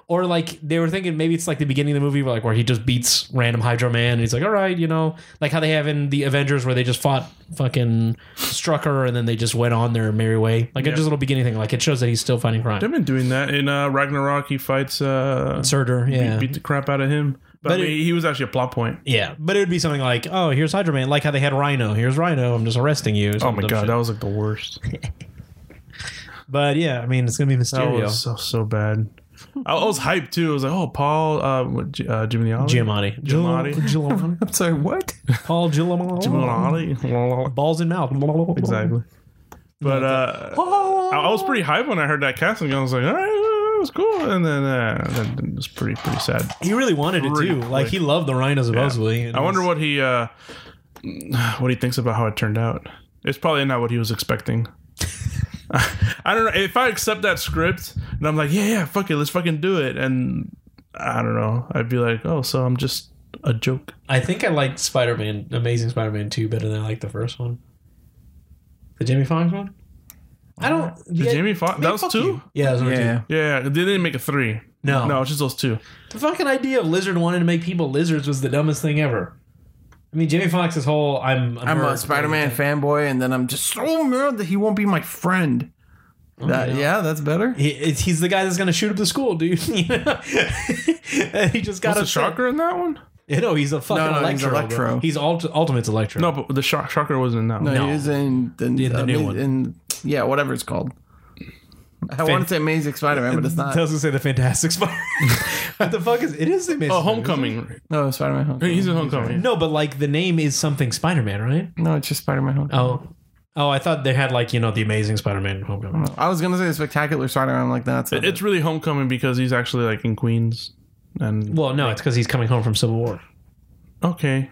or like they were thinking maybe it's like the beginning of the movie where like where he just beats random Hydro Man and he's like, all right, you know, like how they have in the Avengers where they just fought fucking Strucker and then they just went on their merry way. Like just a little beginning thing. Like it shows that he's still fighting crime. They've been doing that in uh, Ragnarok. He fights, uh, Surtur, yeah. beat the crap out of him. But, But I mean, he was actually a plot point. yeah, but it would be something like, "Oh, here's Hydro Man," like how they had Rhino. Here's Rhino. I'm just arresting you. Oh my god, that was like the worst. But yeah, I mean, it's gonna be That Mysterio, was so so bad. I, I was hyped too. I was like, oh, Paul, uh, what, G- uh, Jimmy Ollie, Giamatti, Giamatti. Giamatti. I'm sorry, what? Paul Giamatti. Balls in mouth. exactly. But uh, I, Oh, I was pretty hyped when I heard that casting. I was like, all right, uh, it was cool. And then, uh, then then it was pretty pretty sad. He really wanted it Pretty too. Like quick. he loved the rhino supposedly. and I wonder it's- what he uh, what he thinks about how it turned out. It's probably not what he was expecting. I don't know if I accept that script and I'm like, yeah, yeah, fuck it, let's fucking do it. And I don't know, I'd be like, oh, so I'm just a joke. I think I liked Spider Man, Amazing Spider Man two better than I liked the first one. The Jamie Foxx one. I don't. Did yeah, Jamie Foxx? That was two. Yeah, those were Yeah. two. Yeah, they didn't make a three. No. no, it's just those two. The fucking idea of lizard wanting to make people lizards was the dumbest thing ever. I mean, Jamie Foxx's whole "I'm a I'm a nerd" Spider Man fanboy, and then I'm just so mad that he won't be my friend. That, yeah, that's better. He, it's- he's the guy that's gonna shoot up the school, dude. You know? and he just got What's the upset. shocker in that one? Yeah, no, he's a fucking No, no, he's electro. bro. He's, Electro. Ult- Ultimate's electro. No, but the shock shocker wasn't in that No, one. he is in, in Yeah, the new ama- one. in- yeah, whatever it's called. I want to say Amazing Spider Man, but it's not. I was gonna say the Fantastic Spider. what the fuck is it? Is the Amazing Oh, Spider-Man, homecoming. No, Spider Man. He's in isn't it? homecoming. No, but like the name is something Spider-Man, right? Mm-hmm. No, it's just Spider Man. Oh, oh, I thought they had like you know the Amazing Spider-Man Homecoming. Mm-hmm. I was gonna say the Spectacular Spider Man. I'm like, that's not It's really homecoming because he's actually like in Queens, and Well, no, it's because he's coming home from Civil War. Okay.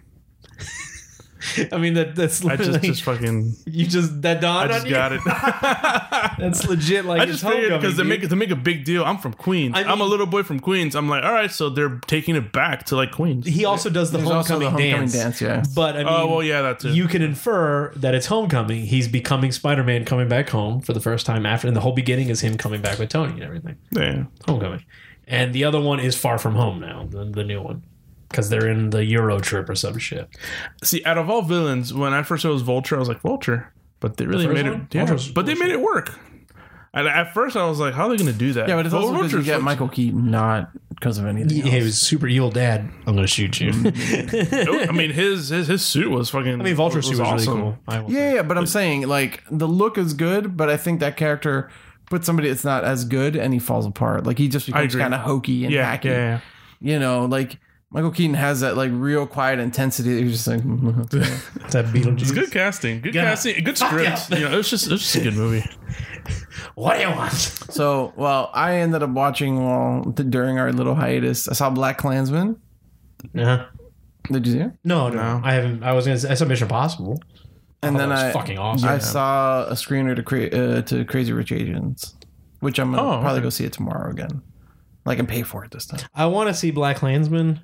I mean, that that's I literally just, just fucking you just that dawned I just on got you. it. That's legit. Like I just figured because they make they make a big deal. I'm from Queens. I I'm a mean- little boy from Queens. I'm like, all right, so they're taking it back to like Queens. He also does the There's also homecoming, the homecoming dance. dance, yeah. But I mean, Oh well, yeah, that's it. you can infer that it's homecoming. He's becoming Spider-Man, coming back home for the first time after, and the whole beginning is him coming back with Tony and everything. yeah. Homecoming, and the other one is Far From Home now, the, the new one, because they're in the Euro trip or some shit. See, out of all villains, when I first saw it was Vulture, I was like Vulture, but they really first made it. one? Yeah, Vulture's- but they made it work. And at first, I was like, how are they going to do that? Yeah, but it's also because you Vulture's get fucking- Michael Keaton, not because of anything. He else. was super evil dad. I'm gonna shoot you. I I mean, his his his suit was fucking. I mean, Vulture suit was really cool. I will Yeah, yeah, but I'm saying like the look is good, but I think that character puts somebody that's not as good, and he falls apart. Like he just becomes agree. kind of hokey and Yeah, hacky. yeah, yeah. You know, like Michael Keaton has that like real quiet intensity. that You're just like, "Mhm." say. that Beetlejuice. It's good casting, good Yeah. casting, good script. yeah. You know, it was just it was just a good movie. What do you want? so well, I ended up watching while during our little hiatus. I saw Black Klansman. Uh-huh. Did you see it? No, no, No. I haven't. I was gonna say I saw Mission Possible. And then Oh, that was I fucking awesome. I Yeah. saw a screener to cra- uh, to Crazy Rich Asians, which I'm gonna Oh, probably okay. go see it tomorrow again. Like and pay for it this time. I want to see Black Klansman.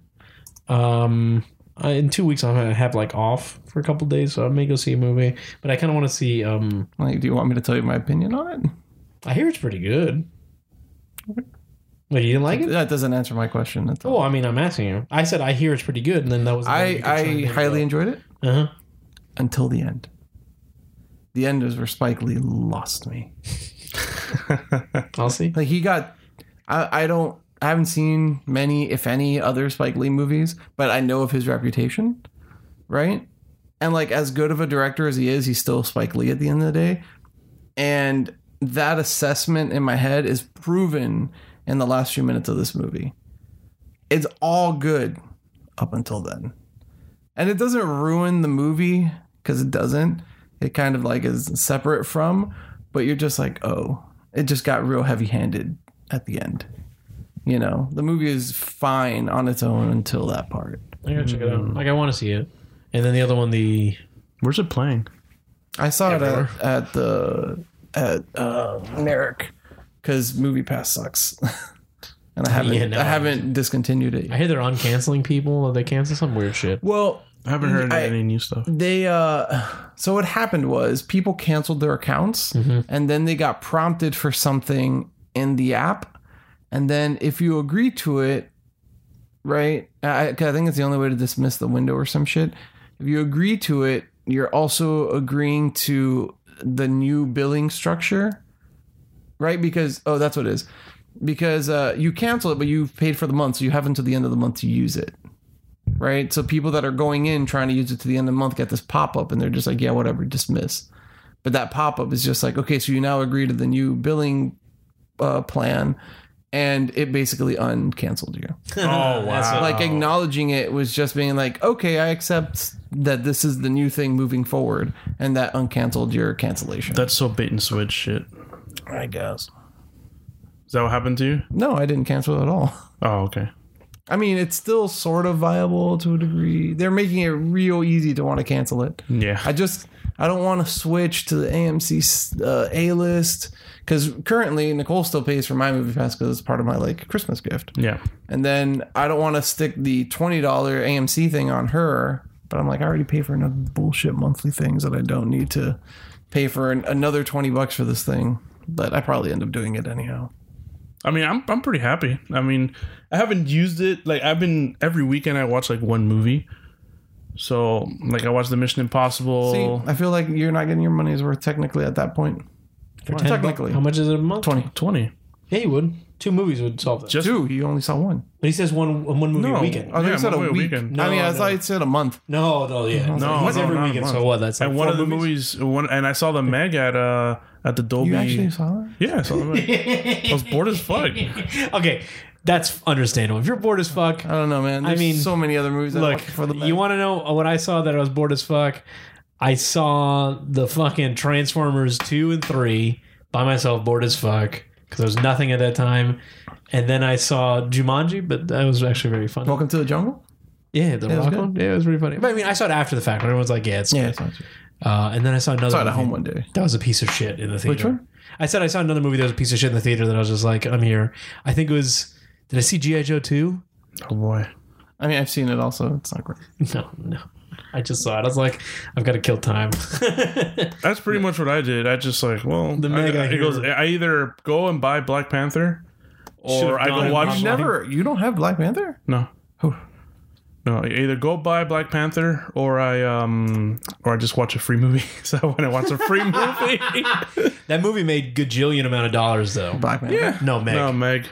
Um, I, in two weeks I'm gonna have like off for a couple days, so I may go see a movie. But I kind of want to see. Um, Like, do you want me to tell you my opinion on it? I hear it's pretty good. Wait, you didn't like it? That doesn't answer my question. At all. Well, I mean, I'm asking you. I said I hear it's pretty good, and then that was. I I highly enjoyed it Uh-huh. until the end. The end is where Spike Lee lost me. I'll see. Like he got, I I don't I haven't seen many if any other Spike Lee movies, but I know of his reputation, right? And like as good of a director as he is, he's still Spike Lee at the end of the day, and that assessment in my head is proven in the last few minutes of this movie. It's all good up until then. And it doesn't ruin the movie because it doesn't. It kind of like is separate from, but you're just like, oh, it just got real heavy handed at the end. You know, the movie is fine on its own until that part. I gotta check it Hmm. out. Like I want to see it. And then the other one, the Where's it playing? I saw it at, at the at uh, Merrick because Movie Pass sucks, and I haven't Yeah, no, I haven't discontinued it. I hear they're uncanceling people. Or they cancel some weird shit. Well, I haven't heard I- any new stuff. they uh so what happened was people canceled their accounts and then they got prompted for something in the app and then if you agree to it right I, 'cause I think it's the only way to dismiss the window or some shit if you agree to it you're also agreeing to the new billing structure right because oh that's what it is because uh, you cancel it but you've paid for the month so you have until the end of the month to use it right? So people that are going in trying to use it to the end of the month get this pop up and they're just like, yeah, whatever, dismiss. But that pop up is just like, okay, so you now agree to the new billing uh, plan and it basically uncanceled you. Oh, That's wow. it. Like acknowledging it was just being like, okay, I accept that this is the new thing moving forward and that uncanceled your cancellation. That's so bait and switch shit. I guess. Is that what happened to you? No, I didn't cancel at all. Oh, okay. I mean, it's still sort of viable to a degree. They're making it real easy to want to cancel it. Yeah. I just I don't want to switch to the AMC uh, A list because currently Nicole still pays for my movie pass because it's part of my like Christmas gift, yeah. and then I don't want to stick the twenty dollar AMC thing on her. But I'm like, I already pay for enough bullshit monthly things that I don't need to pay for an, another twenty bucks for this thing. But I probably end up doing it anyhow. I mean, I'm I'm pretty happy. I mean, I haven't used it. Like I've been every weekend I watch like one movie. So like I watched the Mission Impossible. See, I feel like you're not getting your money's worth technically at that point. For Well, 10 technically. bucks- how much is it a month? Twenty. Twenty. Yeah, you would. Two movies would solve that. Just Two. You only saw one. but he says one one movie No. a weekend. I thought Yeah, you said a movie a week. weekend. I No, mean, I no. thought you said a month. No, no, yeah, No, He's no, every not a weekend. month. So what? That's like and one four of the movies. One and I saw the Meg at uh at the Dolby. You actually saw that? yeah, I saw the Meg. I was bored as fuck. okay, that's understandable. If you're bored as fuck, I don't know, man. There's mean, so many other movies. look. I Uh, for the you want to know what I saw that I was bored as fuck? I saw the fucking Transformers two and three by myself, bored as fuck, because there was nothing at that time. And then I saw Jumanji, but that was actually very fun. Welcome to the Jungle. yeah, the it was rock good. one. Yeah, it was pretty funny. But I mean, I saw it after the fact. Everyone's like, "Yeah, it's Yeah, yeah." I saw it too. Uh, and then I saw another. saw it at movie. home one day. That was a piece of shit in the theater. one? I said I saw another movie that was a piece of shit in the theater that I was just like, I'm here. I think it was. Did I see GI Joe two? Oh boy. I mean, I've seen it also. It's not great. No, no. I just saw it. I was like, I've got to kill time. That's pretty much what I did. I just like, well, the Meg I, I it goes, hear. I either go and buy Black Panther, or Should've I gone go and watch. watched You never. You don't have Black Panther. No. Whew. No, I either go buy Black Panther or I um or I just watch a free movie. so when I watch a free movie, that movie made gajillion amount of dollars though. Black Panther. yeah, No, Meg. no Meg.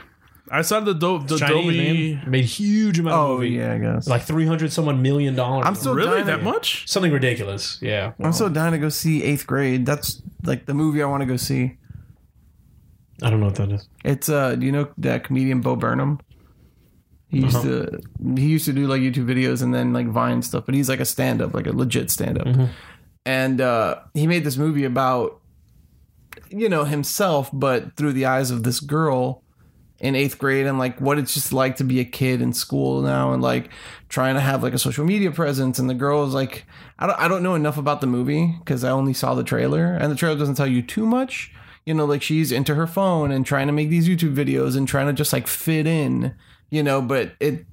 I saw the dope the Chinese, Dolby. man. made huge amount of Oh movie. yeah, I guess. Like three hundred someone million dollars. I'm still Really, dying. that much? something ridiculous. Yeah. I'm so dying to go see Eighth Grade. That's like the movie I want to go see. I don't know what that is. It's uh, do you know that comedian Bo Burnham? He used Uh-huh. to he used to do like YouTube videos and then like Vine stuff, but he's like a stand up, like a legit stand up. Mm-hmm. And uh, he made this movie about you know himself, but through the eyes of this girl in eighth grade and like what it's just like to be a kid in school now and like trying to have like a social media presence and the girl is like i don't, I don't know enough about the movie because i only saw the trailer and the trailer doesn't tell you too much you know like she's into her phone and trying to make these youtube videos and trying to just like fit in you know but it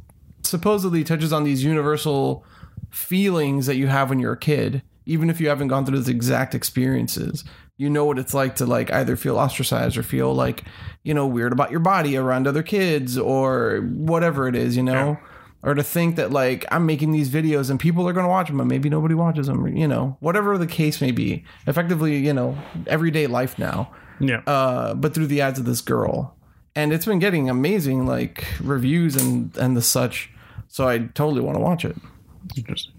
supposedly touches on these universal feelings that you have when you're a kid even if you haven't gone through those exact experiences you know what it's like to like either feel ostracized or feel like you know weird about your body around other kids or whatever it is you know or to think that like i'm making these videos and people are going to watch them and maybe nobody watches them you know whatever the case may be effectively you know everyday life now Yeah, uh, but through the eyes of this girl. And it's been getting amazing like reviews and and the such. So I totally want to watch it. interesting.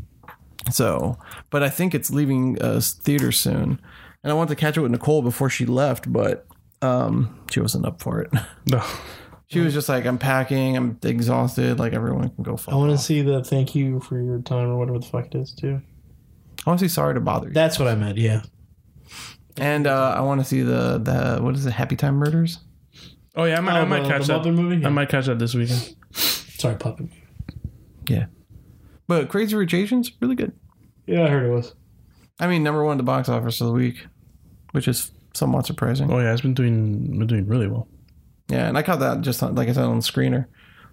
So, but I think it's leaving uh, theater soon, and I want to catch it with Nicole before she left, but um, she wasn't up for it. No, She was just like, "I'm packing. I'm exhausted. Like everyone can go fuck." I want to see the thank you for your time or whatever the fuck it is too. Honestly, sorry to bother you. That's what I meant. Yeah. and uh, I want to see the the what is it? Happy Time Murders. oh yeah, I might, I Oh, might the- catch the that. Muppet movie? I might catch that this weekend. Sorry, puppet. Yeah, but Crazy Rich Asians really good. Yeah, I heard it was. I mean, number one at the box office of the week, which is somewhat surprising. Oh yeah, it's been doing been doing really well. Yeah, and I caught that just on, like I said on the screener.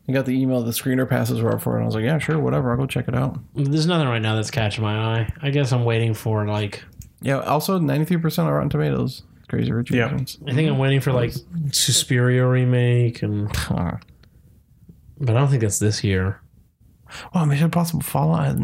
I got the email the screener passes were up for it. And I was like, yeah, sure, whatever. I'll go check it out. There's nothing right now that's catching my eye. I guess I'm waiting for like Yeah. Also, 93% on Rotten Tomatoes. Crazy Rich Yeah. Asians. I think I'm waiting for like Suspiria remake and Huh. but I don't think that's this year. Wow, Mission Impossible Fallout has 97% on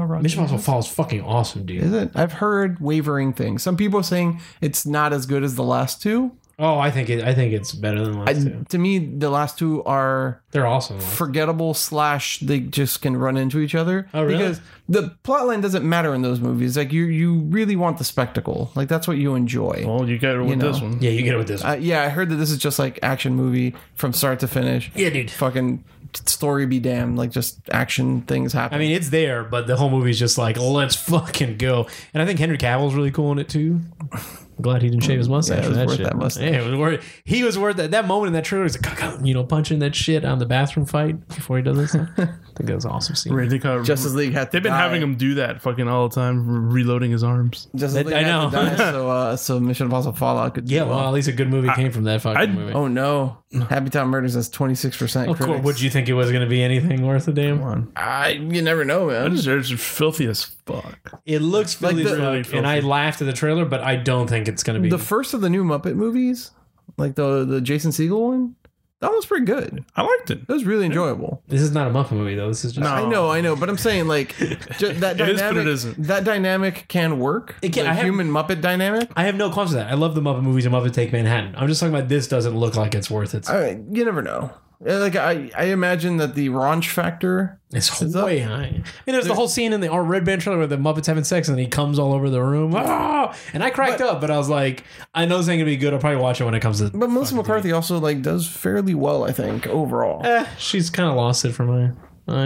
Rotten Mission Impossible Tomatoes. Falls fucking awesome, dude. Is it? I've heard wavering things. Some people saying it's not as good as the last two. Oh, I think it, I think it's better than I, last two. to me, the last two are They're awesome. though. forgettable slash they just can run into each other Oh, really? because the plot line doesn't matter in those movies like you you really want the spectacle like that's what you enjoy Well, you get it with You know. this one. yeah, you get it with this. one. uh, yeah i heard that this is just like action movie from start to finish yeah, dude. fucking t- story be damned like just action things happen I mean, it's there, but the whole movie's just like, let's fucking go. And I think Henry Cavill's really cool in it too. I'm glad he didn't shave his mustache. Mm, Yeah, it was for that worth shit. that mustache. Yeah, it was worth, he was worth that. That moment in that trailer, he's like, "Cuck-cuck," you know, punching that shit on the bathroom fight before he does this. I think that was an awesome scene. Ridley Scott- justice league had to They've been die. having him do that fucking all the time, reloading his arms. justice I- league I had to die, know. so uh so mission impossible fallout could do Yeah, well, at least a good movie came from that fucking I'd- movie. oh no happy town murders has 26% of course, critics. would you think it was going to be anything worth a damn? I, you never know That man is it's filthy as fuck. It looks Like really the- drunk, Really and I filthy. laughed at the trailer, but I don't think it's going to be. the first of the new Muppet movies, like the the Jason Siegel one, that one's pretty good. I liked it. That was really enjoyable. this is not a Muppet movie, though. This is just. No. I know, I know, but I'm saying like ju- that It dynamic, is, but it isn't. that dynamic can work. It can- the I have- human Muppet dynamic. I have no qualms with that. I love the Muppet movies and Muppet Take Manhattan. I'm just talking about this doesn't look like it's worth it. I, you never know. Yeah, Like I, I imagine that the raunch factor. It's, It's up. way high. I mean, there's the whole scene in the our Red Band trailer where the Muppets having sex and he comes all over the room. Ah! And I cracked up, but I was like, I know this ain't gonna be good. I'll probably watch it when it comes to. But Melissa McCarthy also like does fairly well, I think, overall. Eh, she's kind of lost it from my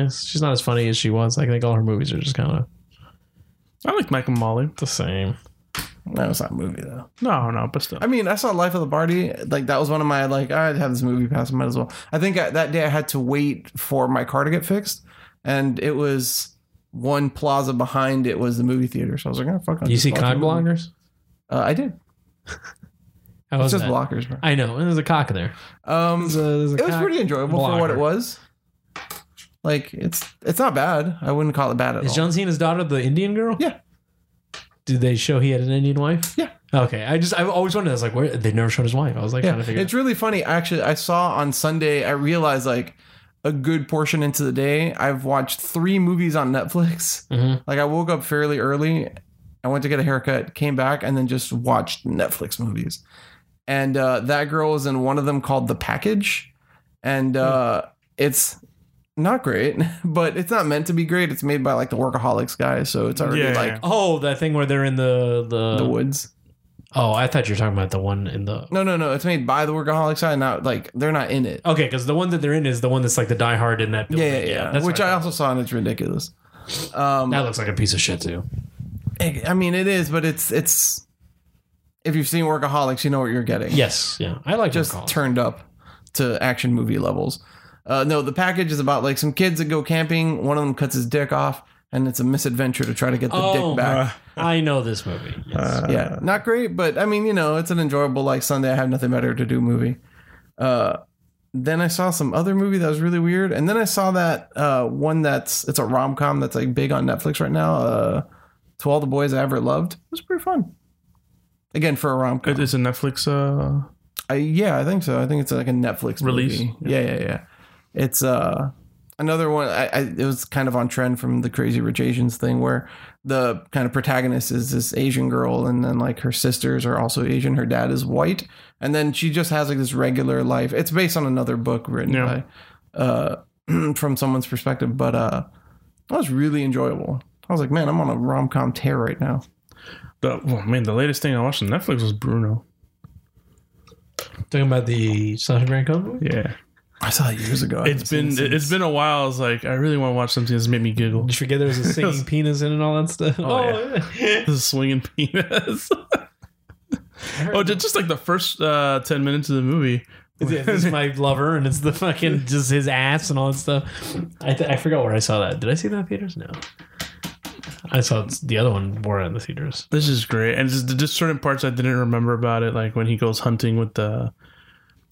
eyes. She's not as funny as she was. I think all her movies are just kind of I liked Mike and Molly. the same. No, it's not a movie though. No, no, but still. I mean, I saw Life of the Party. Like that was one of my like I had this movie pass. Might as well. I think I, that day I had to wait for my car to get fixed, and it was one plaza behind it was the movie theater. So I was like, oh fuck. I'll You just see watch the cock movie. bloggers? Uh, I did. How It's was just that? blockers, bro. I know. And there's a cock there. Um, There's a- there's a it was cock pretty enjoyable for what it blocker. was. Like it's it's not bad. I wouldn't call it bad at Is all. John Cena's daughter the Indian girl? Yeah. Did they show he had an Indian wife? Yeah. Okay. I just I always wondered. I was like, where they never showed his wife. I was like trying yeah, to figure. it's really funny. Actually, I saw on Sunday. I realized like a good portion into the day, I've watched three movies on Netflix. out. Mhm. Like I woke up fairly early. I went to get a haircut, came back, and then just watched Netflix movies. And uh, that girl was in one of them called The Package, and uh, it's not great, but it's not meant to be great. It's made by like the workaholics guy, so it's already Yeah, yeah, like yeah. Oh, that thing where they're in the the. the woods. oh, I thought you were talking about the one in the. No, no, no. It's made by the workaholics guy, not like they're not in it. Okay, because the one that they're in is the one that's like the Die Hard in that. yeah, Building. yeah, yeah. that's Which what I thought. also saw, and it's ridiculous. Um, That looks like a piece of shit too. I mean, it is, but it's it's. If you've seen Workaholics, you know what you're getting. Yes, yeah, I like just Workaholics. turned up to action movie levels. Uh, no, the package is about like some kids that go camping. One of them cuts his dick off, and it's a misadventure to try to get the Oh, dick back. I know this movie. Yes. yeah, Uh, not great, but I mean, you know, it's an enjoyable like Sunday. I have nothing better to do movie. Uh, then I saw some other movie that was really weird, and then I saw that uh, one that's it's a rom com that's like big on Netflix right now. Uh, to all the boys I ever loved, it was pretty fun. Again, for a rom com, It- it's a Netflix. Uh, I, yeah, I think so. I think it's like a Netflix Release? Movie. Yeah. yeah, yeah, It's uh another one. I, I it was kind of on trend from the Crazy Rich Asians thing, where the kind of protagonist is this Asian girl, and then like her sisters are also Asian. Her dad is white, and then she just has like this regular life. It's based on another book written Yeah. by uh from someone's perspective, but uh that was really enjoyable. I was like, man, I'm on a rom com tear right now. the, well, I mean, the latest thing I watched on Netflix was Bruno. Talking about the Sasha Baron Cohen movie. Yeah, I saw that years ago. I haven't it's seen been it since. it's been a while. I was like, I really want to watch something that's made me giggle. Did you forget there was a singing penis in it and all that stuff? Oh, yeah. The swinging penis. oh, ju- just like the first uh, ten minutes of the movie. It's- it's- this is my lover, and it's the fucking just his ass and all that stuff. I, th- I forgot where I saw that. Did I see that in theaters? No, I saw the other one more in the theaters. This is great, and just, just certain parts I didn't remember about it, like when he goes hunting with the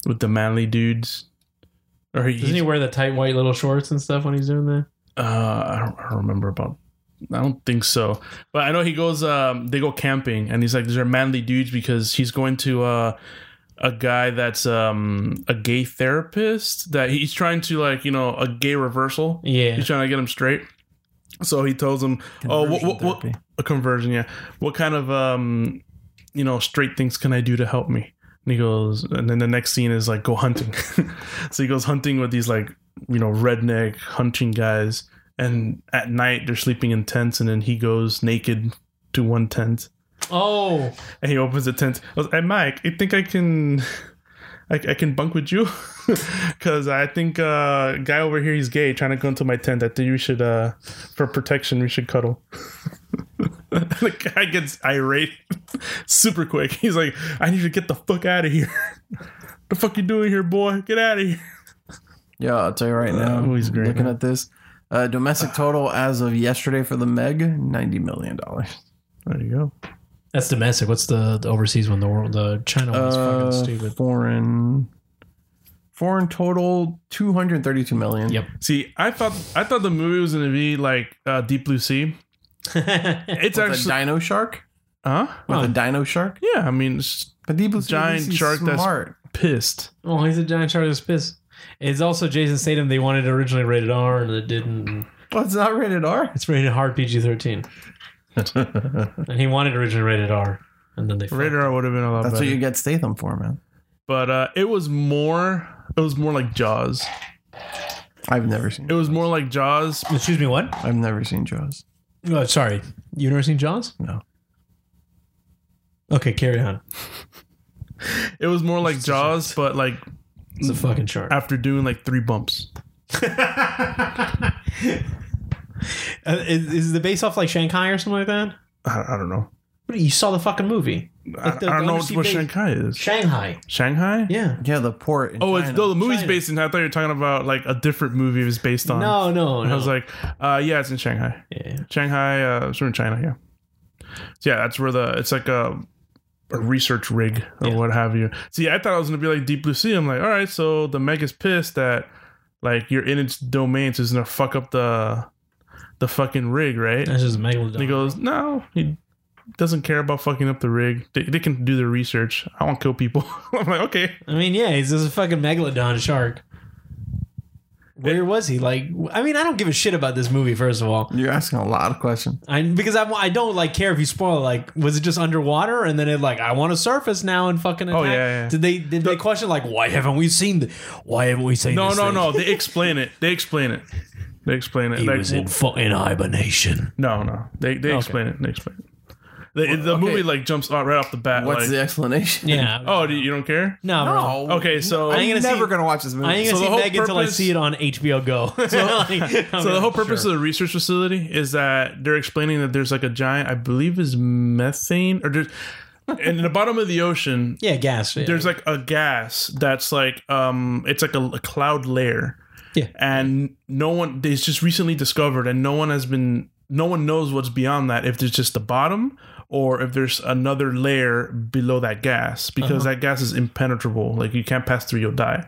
with the manly dudes. Or he, Doesn't he wear the tight white little shorts and stuff when he's doing that? uh, I don't, I don't remember about. I don't think so, but I know he goes. Um, they go camping, and he's like, "These are manly dudes," because he's going to uh, a guy that's um, a gay therapist that he's trying to like, you know, a gay reversal. Yeah. He's trying to get him straight. So he tells him, "Oh, what, Conversion what, what- therapy. a conversion? Yeah, what kind of um, you know, straight things can I do to help me?" And he goes, and then the next scene is like, "Go hunting." so he goes hunting with these like, you know, redneck hunting guys, and at night they're sleeping in tents, and then he goes naked to one tent, Oh, and he opens the tent. I was, hey, Mike, you think I can, I, I can bunk with you? Because I think uh, guy over here he's gay, trying to go into my tent. I think we should, uh, for protection, we should cuddle. the guy gets irate super quick. He's like, I need you to get the fuck out of here. the fuck you doing here, boy? Get out of here. Yeah, I'll tell you right now. Uh, he's great, Looking man. at this, uh, domestic total as of yesterday for the Meg, ninety million dollars. There you go. that's domestic. What's the, the overseas one? The world, the China one is Uh, fucking stupid. Foreign, foreign total two hundred thirty-two million. Yep. See, I thought I thought the movie was gonna be like uh, Deep Blue Sea. It's With actually, a dino shark. huh? With Huh. a dino shark. Yeah, I mean, it's But the Blue Sea Giant Beast is shark that's- smart. pissed. well, he's a giant shark that's pissed. It's also Jason Statham. They wanted originally rated R, and it didn't. Well, it's not rated R. It's rated hard PG thirteen, and he wanted originally rated R, and then they fucked Radar would have been a lot That's better. what you get Statham for, man. but uh, it was more. It was more like Jaws. I've never seen. It was more like Jaws. it. Excuse me, what? I've never seen Jaws. Oh, sorry, you never seen Jaws? No. Okay, carry on. It was more like Jaws, but like It's a fucking shark. after doing like three bumps. Uh, is, is the base off like Shanghai or something like that? I, I don't know. What, You saw the fucking movie. I, Like the- I the don't know undersea what base- Shanghai is. Shanghai. Shanghai. Yeah. Yeah, the port. In Oh, it's no, China. the movie's China. based in. I thought you were talking about like a different movie it was based on. No, no, And no. I was like, uh, yeah, it's in Shanghai. yeah. Shanghai, uh, it's in China, yeah. So, yeah, that's where the it's like a, a research rig or Yeah. what have you. See, I thought I was gonna be like Deep Blue Sea. I'm like, all right, so the Meg is pissed that like you're in its domain, so it's gonna fuck up the the fucking rig, right? That's just And he megalodon. goes, no, he doesn't care about fucking up the rig. They, they can do their research. I won't kill people. I'm like, okay, I mean, yeah, he's just a fucking megalodon shark. Where was he? Like, I mean, I don't give a shit about this movie. First of all, You're asking a lot of questions. I because I, I don't like care if you spoil. it. Like, was it just underwater and then it like I want to surface now and fucking attack? Oh, yeah, yeah. Did they did they question like why haven't we seen the why haven't we seen no, this no, thing? no. They explain it. They explain it. They explain it. He Like, was in fucking hibernation. No, no. They they explain it. They explain it. They, the movie like jumps out right off the bat. What's like, the explanation? Yeah. oh, do you, you don't care? no, bro. Okay, so I'm I ain't gonna never see- gonna watch this movie. I ain't gonna So the see whole Meg until I purpose- see it on HBO Go. so the whole purpose of the research facility is that they're explaining that there's like a giant, I believe, is methane or there's in the bottom of the ocean. yeah, gas. Yeah. There's like a gas that's like um, it's like a, a cloud layer. Yeah. and no one it's just recently discovered, and no one has been, no one knows what's beyond that. If there's just the bottom, or if there's another layer below that gas, because that gas is impenetrable. Like you can't pass through, you'll die.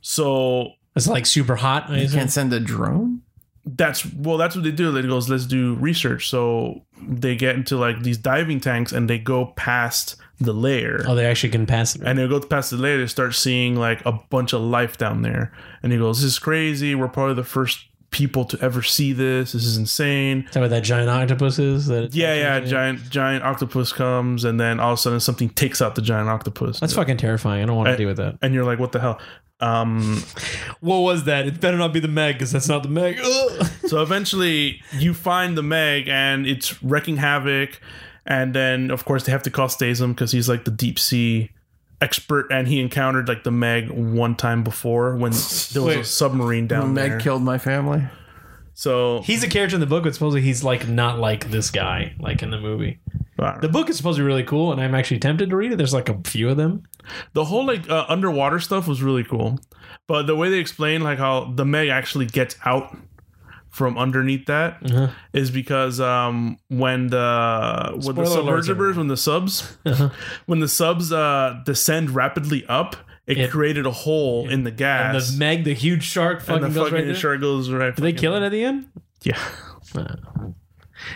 So it's like super hot. I You assume. can't send a drone. that's well that's what they do they goes let's do research so they get into like these diving tanks and they go past the layer Oh, they actually can pass it. and they go past the layer they start seeing like a bunch of life down there and he goes this is crazy we're probably the first people to ever see this this is insane Talk about that giant octopus is that. yeah yeah giant giant octopus comes and then all of a sudden something takes out the giant octopus That's fucking terrifying. I don't want to I- deal with that. and you're like what the hell um What was that? It better not be the Meg, because that's not the Meg. Ugh. So eventually, you find the Meg, and it's wrecking havoc. And then, of course, they have to call Stasem because he's like the deep sea expert, and he encountered like the Meg one time before when there was a Wait. submarine down Meg there. killed my family. so He's a character in the book, but supposedly he's like not like this guy, like in the movie. The the, book is supposed to be really cool, and I'm actually tempted to read it. There's like a few of them. the whole like uh, underwater stuff was really cool, but the way they explain like how the Meg actually gets out from underneath that is Uh-huh. because um when the when the Spoiler Uh-huh. alerts, submergibers when the subs when the subs uh descend rapidly up It, It- created a hole in the And gas. the Meg, the huge shark, And fucking the goes fucking right there. shark goes right. Did they kill it at the end? Yeah.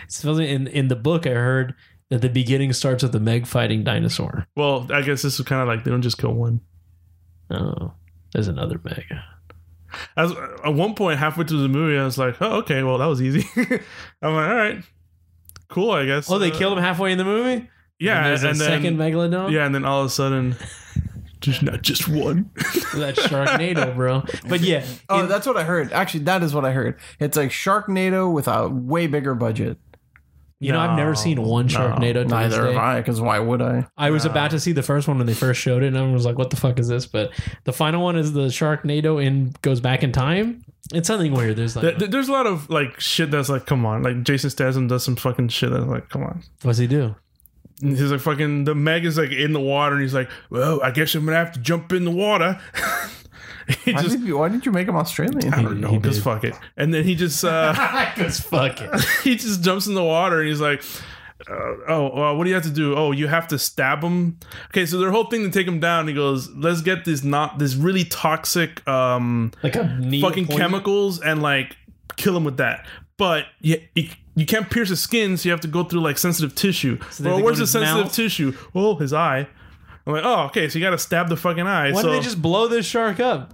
It's supposed to- in in the book. I heard that the beginning starts with the Meg fighting dinosaur. Well, I guess this is kind of like they don't just kill one. Oh, there's another Meg. As, at one point, halfway through the movie, I was like, "Oh, okay, well, that was easy." I'm like, "All right, cool, I guess." Oh, they Uh, killed him halfway in the movie. Yeah, and and, there's a then second megalodon. yeah, and then all of a sudden, just not just one. that Sharknado, bro. But yeah, Oh, in- that's what I heard. Actually, that is what I heard. It's like Sharknado with a way bigger budget. you know I've never No, seen one no, Sharknado. to this Neither day. have I, because why would I? I was about to see the first one when they first showed it, and I was like, "What the fuck is this?" But the final one is the Sharknado and goes back in time. It's something weird. There's like, There- there- There's a lot of like shit that's like, come on, like Jason Statham does some fucking shit that's like, come on. what's he do? And he's like fucking the Meg is like in the water, and he's like, well, I guess I'm gonna have to jump in the water. he Why, just. did you, why did you make him I Australian? don't He- know. he Just did. fuck it. And then he just uh Just fuck it. he just jumps in the water and he's like, uh, "Oh, well, what do you have to do? Oh, you have to stab him." Okay, so their whole thing to take him down. He goes, "Let's get this not this really toxic um Like a needle fucking point. chemicals and like kill him with that." But you, you you can't pierce his skin, so you have to go through like sensitive tissue. they have well, to go where's to the his sensitive mouth? tissue? Well, his eye. I'm like, oh, okay. So you got to stab the fucking eye. Why so, do they just blow this shark up?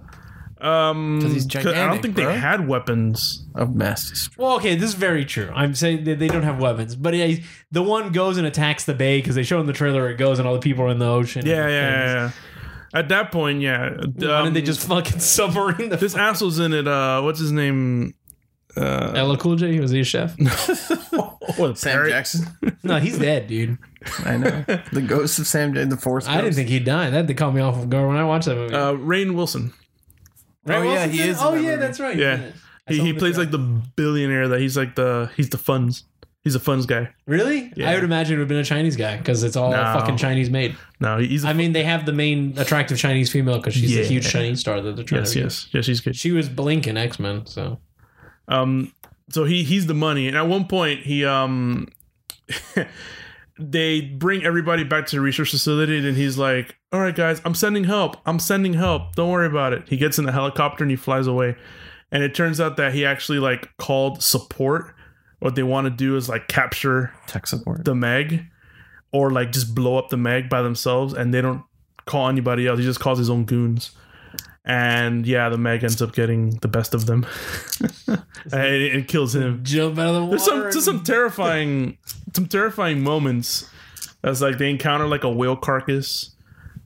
um, 'Cause he's 'cause I don't gigantic, think bro. they had weapons. Of mess. Well, okay, this is very true. I'm saying that they don't have weapons, but yeah, the one goes and attacks the bay because they show in the trailer it goes and all the people are in the ocean. and Yeah, yeah, yeah. things. yeah. At that point, yeah. Why um, didn't they just fucking submarine the This asshole's in it. Uh, what's his name? LL Cool J? Was he a chef? Sam Jackson. no, he's dead, dude. I know. The ghost of Sam Jackson, the force I didn't ghost. think he died. That did call me off of guard when I watched that movie. Uh, Rain Wilson. Oh, yeah, Wilson's he in it? is in Oh that yeah, movie. that's right. Yeah. He's in it. I He, saw he him in plays the like the billionaire that he's like the he's the funds. He's a funds guy. really. Yeah. I would imagine it would have been a Chinese guy because it's all No. fucking Chinese made. No, he's a I mean, they have the main attractive Chinese female because she's a Yeah. huge Chinese star that they're trying yes, to. yes, yes. He's good. She was Blink in X Men, so Um, so he he's the money, and at one point he um. They bring everybody back to the research facility, and he's like, "All right, guys, I'm sending help. I'm sending help. Don't worry about it." He gets in the helicopter and he flies away. And it turns out that he actually like called support. What they want to do is like capture Tech support. the Meg or like just blow up the Meg by themselves and they don't call anybody else. He just calls his own goons. And yeah, the Meg ends up getting the best of them. and it, it kills him. jump out of the water. There's some there's some terrifying some terrifying moments. That's like they encounter like a whale carcass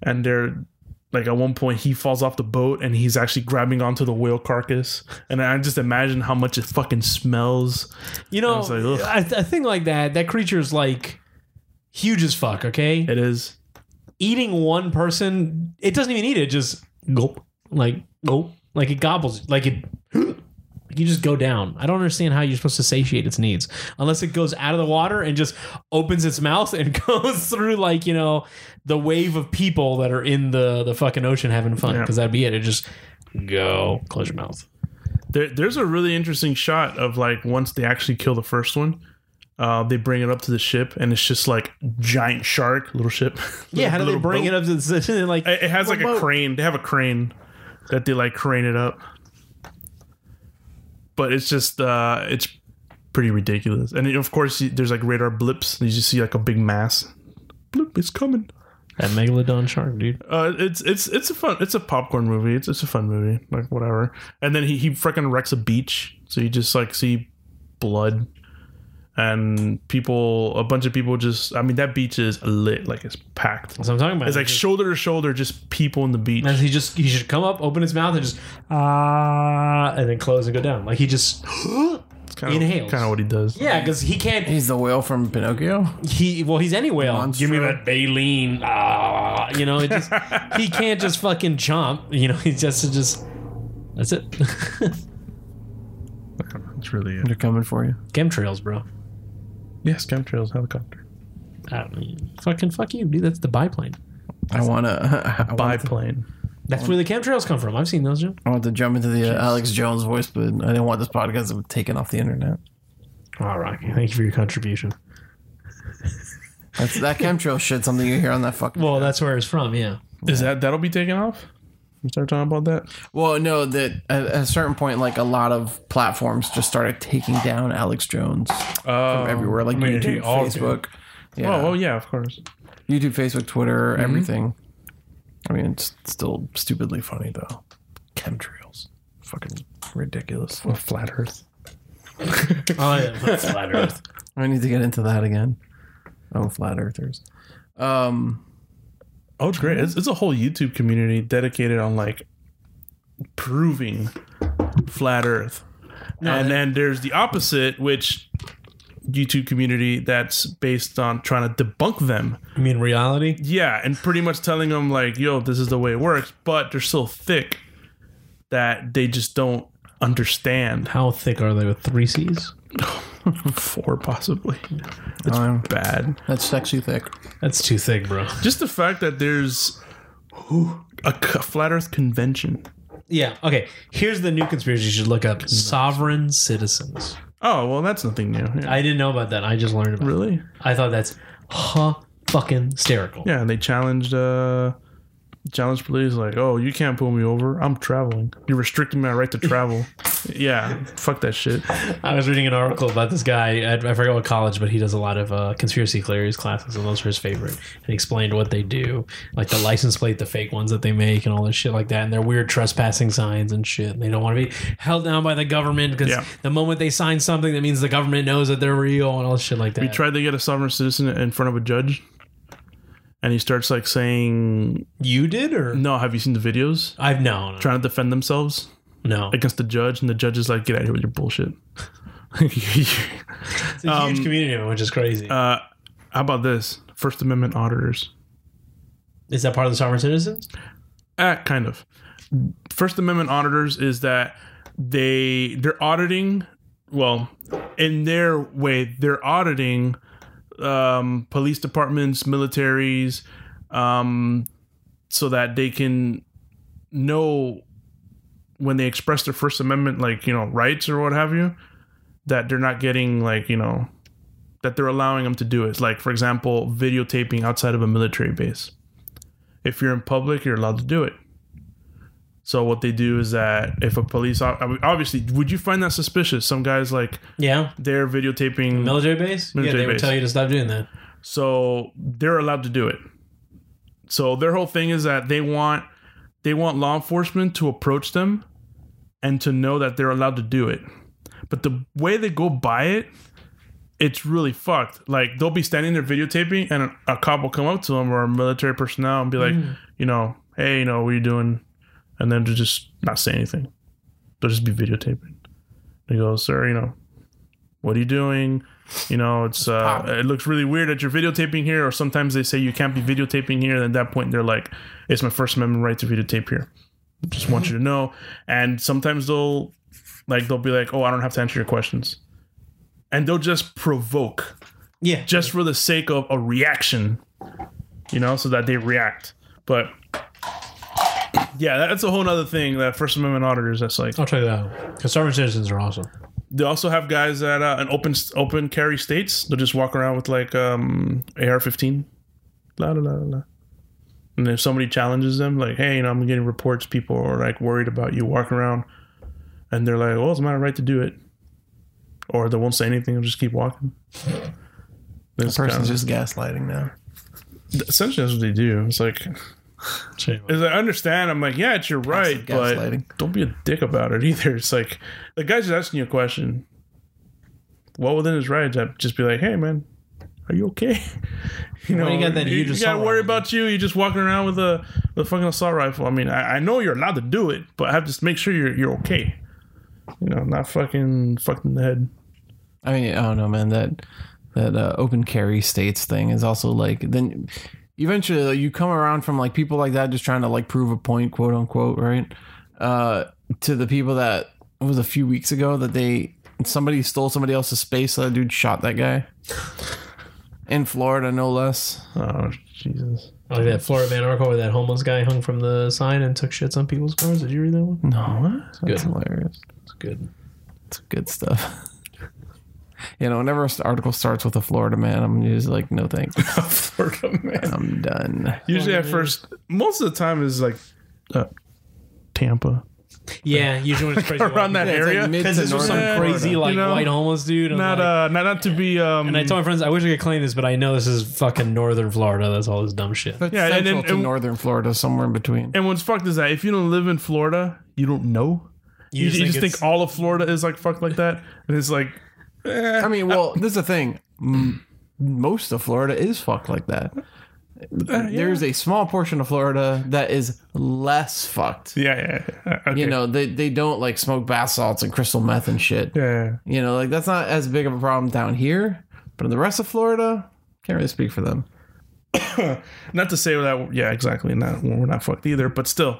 and they're like at one point he falls off the boat and he's actually grabbing onto the whale carcass. And I just imagine how much it fucking smells. you know, was like, ugh. a, a thing like that. That creature's like huge as fuck. Okay, It is. eating one person, it doesn't even eat it. it Just gulp, like gulp, like it gobbles, like it. You just go down. I don't understand how you're supposed to satiate its needs unless it goes out of the water and just opens its mouth and goes through like you know the wave of people that are in the the fucking ocean having fun Yeah. because that'd be it. It just go close your mouth. There, there's a really interesting shot of like once they actually kill the first one, uh, they bring it up to the ship, and it's just like giant shark, little ship. Yeah, how do they Little bring boat. it up to the and like It, it has like a boat. crane. They have a crane that they like crane it up, but it's just uh, it's pretty ridiculous. And of course, you- there's like radar blips. And you just see like a big mass. Blip, it's coming. that megalodon shark, dude? Uh, it's it's it's a fun it's a popcorn movie. It's it's a fun movie, like whatever. And then he he freaking wrecks a beach, so you just like see blood and people, a bunch of people just. I mean, that beach is lit, like it's packed. That's what I'm talking about. It's like shoulder to shoulder, just people on the beach. And he just he should come up, open his mouth, and just ah, and then close and go down. Like he just inhales. Kind of what he does. yeah, because he can't. He's the whale from Pinocchio. He well, he's any whale. Monster. Give me that baleen. Ah, you know, it just he can't just fucking chomp. You know, he just just that's it. It's really it. They're coming for you. Chemtrails, bro. Yes, chemtrails helicopter I mean, fucking fuck you, dude. That's the biplane. I want to. I want to. biplane. That's where the chemtrails come from. I've seen those. Jim. I want to jump into the uh, Alex Jones voice, but I didn't want this podcast to be taken off the internet. All right, thank you for your contribution. That's that chemtrail shit. Something you hear on that fucking. Well, that's where it's from. Yeah. Is that that'll be taken off? We start talking about that. Well, no, that at a certain point, like a lot of platforms just started taking down Alex Jones Uh, everywhere, like I mean, YouTube, they all do. Facebook. Yeah. Oh, oh yeah, of course. YouTube, Facebook, Twitter, Mhm. everything. I mean, it's still stupidly funny though. Chemtrails, fucking ridiculous. Well, flat Earth. Oh, yeah, that's flat Earth. I need to get into that again. Oh, flat earthers. Um, Oh, it's great. It's, it's a whole YouTube community dedicated on like proving flat Earth. and then there's the opposite, which YouTube community that's based on trying to debunk them. I mean, reality. Yeah, and pretty much telling them like, "Yo, this is the way it works," but they're so thick that they just don't understand How thick are they with three C's? four possibly um, bad. that's sexy thick. That's too thick, bro. Just the fact that there's a c- flat Earth convention. Yeah. Okay. Here's the new conspiracy you should look up: sovereign citizens. Oh well, that's nothing new. Yeah. I didn't know about that. I just learned about. it. really? I thought that's huh fucking hysterical. Yeah, and they challenged uh challenged police like, "Oh, you can't pull me over. I'm traveling. You're restricting my right to travel." yeah, fuck that shit. I was reading an article about this guy. I, I forgot what college, but he does a lot of uh, conspiracy theories classes, and those are his favorite. And he explained what they do, like the license plate, the fake ones that they make, and all this shit like that, and their weird trespassing signs and shit. And they don't want to be held down by the government because Yeah. the moment they sign something, that means the government knows that they're real and all this shit like that. He tried to get a sovereign citizen in front of a judge. And he starts like saying, you did or "No, have you seen the videos?" I've no, no, Trying to defend themselves no. against the judge, and the judge is like, "Get out of here with your bullshit." It's a huge community, of it, which is crazy. uh, how about this? First Amendment auditors. is that part of the sovereign citizens? Uh, kind of. First Amendment auditors is that they they're auditing. Well, in their way, they're auditing um, police departments, militaries, um, so that they can know when they express their First Amendment, like you know, rights or what have you, that they're not getting like you know that they're allowing them to do it. Like for example, videotaping outside of a military base if you're in public, you're allowed to do it. So what they do is that if a police op- I mean, obviously, would you find that suspicious? Some guys like Yeah, they're videotaping, military base. yeah, Military they would base. tell you to stop doing that. so they're allowed to do it. So their whole thing is that they want they want law enforcement to approach them and to know that they're allowed to do it. But the way they go by it, it's really fucked. Like they'll be standing there videotaping, and a, a cop will come up to them or a military personnel and be like, you know, hey, you know, what are you doing? And then to just not say anything. They'll just be videotaping. They go, sir, you know, what are you doing? You know, it's uh, it looks really weird that you're videotaping here. Or sometimes they say you can't be videotaping here. And at that point, they're like, it's my First Amendment right to videotape here. Just want you to know. And sometimes they'll like they'll be like, oh, I don't have to answer your questions. And they'll just provoke Yeah, just for the sake of a reaction, you know, so that they react. But yeah, that's a whole nother thing that First Amendment auditors. That's like I'll try that out. Because sovereign citizens are awesome. they also have guys that uh, in open open carry states. They'll just walk around with like um, AR-15, la la la la. la. And if somebody challenges them, like, hey, you know, I'm getting reports. People are like worried about you walking around, and they're like, well, it's my right to do it, or they won't say anything. They'll just keep walking. This Person's just gaslighting now. essentially that's what they do. It's like So anyway. as I understand, I'm like, yeah, it's your Passive right, but gaslighting. don't be a dick about it either. It's like the guy's just asking you a question. Well within his rights, I'd just be like, hey man, are you okay? You know, Well, you got that huge you assault gotta worry rifle. about you. You're just walking around with a with a fucking assault rifle. I mean, I, I know you're allowed to do it, but I have to make sure you're you're okay. You know, not fucking fucking the head. I mean, I don't know, man. That that uh, open carry states thing is also like then eventually like, you come around from like people like that just trying to like prove a point, quote unquote, right? Uh, to the people that it was a few weeks ago that they somebody stole somebody else's space. So that dude shot that guy in Florida, no less. Oh Jesus. Like that Florida Man article where that homeless guy hung from the sign and took shits on people's cars. Did you read that one? No, that's Good. hilarious. It's good. It's good stuff. You know, whenever an article starts with a Florida man, I'm usually like, no thanks. Florida man. I'm done. Usually at first most of the time is like uh, Tampa. Yeah, usually when it's crazy. Around that Yeah, it's like area. mid- Because this was some Yeah, crazy, you like, know, white homeless dude. I'm not, like- uh, not, not to be. Um, and I told my friends, I wish I could claim this, but I know this is fucking northern Florida. That's all this dumb shit. That's Yeah, and central then- to and- northern Florida, somewhere in between. and what's fucked is that if you don't live in Florida, you don't know. You, you just think, it's- all of Florida is like fucked like that. And it's like, I mean, well, this is the thing. M- Most of Florida is fucked like Uh, that. There's a small portion of Florida that is less fucked. yeah, yeah, yeah. Okay. You know, they, they don't like smoke bath salts and crystal meth and shit. yeah. You know, like that's not as big of a problem down here, but in the rest of Florida, can't really speak for them. Not to say that, yeah, exactly. Not we're not fucked either, but still,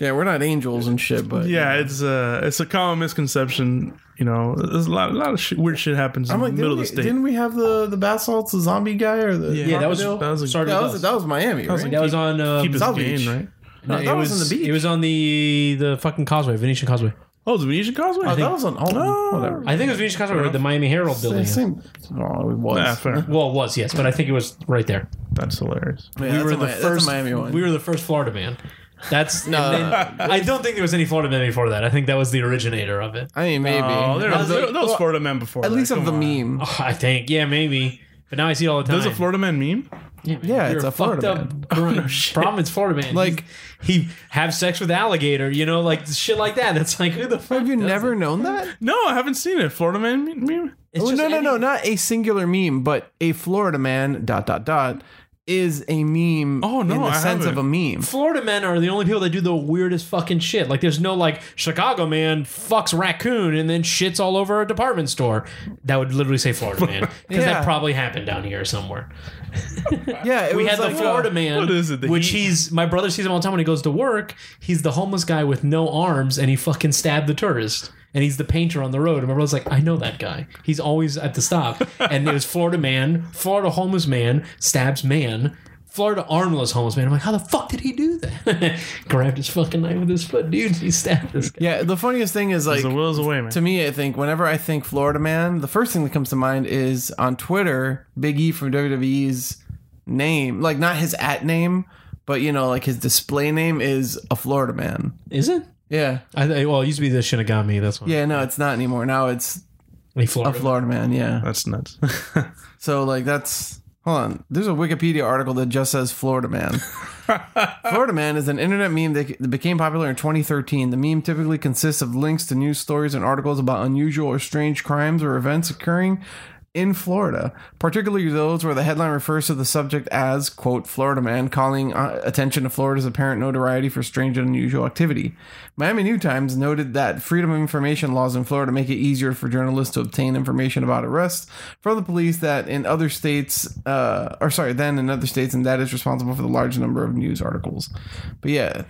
Yeah, we're not angels and shit, but yeah, it's a it's a common misconception. You know, there's a lot, a lot of shit, weird shit happens in I'm like, the middle didn't of we, the state. didn't we have the the bath salts, the zombie guy, or the Yeah, that was- crocodile? that was a- Started that with was us. that was Miami, right? That was on. Uh, Keep us um, South game, Beach. right? No, it that was, on the beach. It was on the the fucking causeway, Venetian Causeway. Oh, the Venetian Causeway. oh, that was on Alton. Oh. Whatever. I think it was Venetian Causeway or the Miami Herald building. Same. Oh, it was. Nah, fair. Well, it was yes, but I think it was right there. That's hilarious. Yeah, we that's were a the Mi- that's a first Miami one. We were the first Florida man. That's No, and then- I don't think there was any Florida man before that. I think that was the originator of it. I mean, maybe. Oh, there, Of the- there, there was Florida men before. at that, least of come the on. meme. Oh, I think, yeah, maybe. But now I see it all the time. There's a Florida man meme. yeah, You're it's a a Florida. fucked man. Oh, up grunt. province Florida man. Like- He's- he have sex with alligator, you know, like shit like that. It's like who the fuck? Have you never known that? No, I haven't seen it. Florida man meme. meme? It's Oh, just no, no, any- no, not a singular meme, but a Florida man. Dot dot dot is a meme. Oh, no, in the I sense of a haven't. meme. Florida men are the only people that do the weirdest fucking shit. Like, there's no like Chicago man fucks raccoon and then shits all over a department store. That would literally say Florida man because Yeah. that probably happened down here somewhere. Yeah, it We was had like, "Oh, the Florida man, what is it, the which heat? he's my brother sees him all the time when he goes to work. He's the homeless guy with no arms and he fucking stabbed the tourist. And he's the painter on the road. And my brother's like, I know that guy. He's always at the stop. And it was Florida man, Florida homeless man, stabs man, Florida armless homeless man. I'm like, how the fuck did he do that? Grabbed his fucking knife with his foot, dude. He stabbed this guy. Yeah, the funniest thing is like The will is away, man. to me, I think whenever I think Florida man, the first thing that comes to mind is on Twitter, Big E from WWE's name, like not his at name, but you know, like his display name is a Florida man. Is it? Yeah, I, I- well, it used to be the Shinigami. That's one. yeah. No, it's not anymore. Now it's Hey, a Florida. Florida man. Yeah. That's nuts. So like that's hold on. There's a Wikipedia article that just says Florida man. Florida Man is an internet meme that became popular in 2013. The meme typically consists of links to news stories and articles about unusual or strange crimes or events occurring in Florida, particularly those where the headline refers to the subject as, quote, Florida Man, calling uh, attention to Florida's apparent notoriety for strange and unusual activity. Miami New Times noted that freedom of information laws in Florida make it easier for journalists to obtain information about arrests from the police that in other states, uh, or sorry, than in other states, and that is responsible for the large number of news articles. But yeah,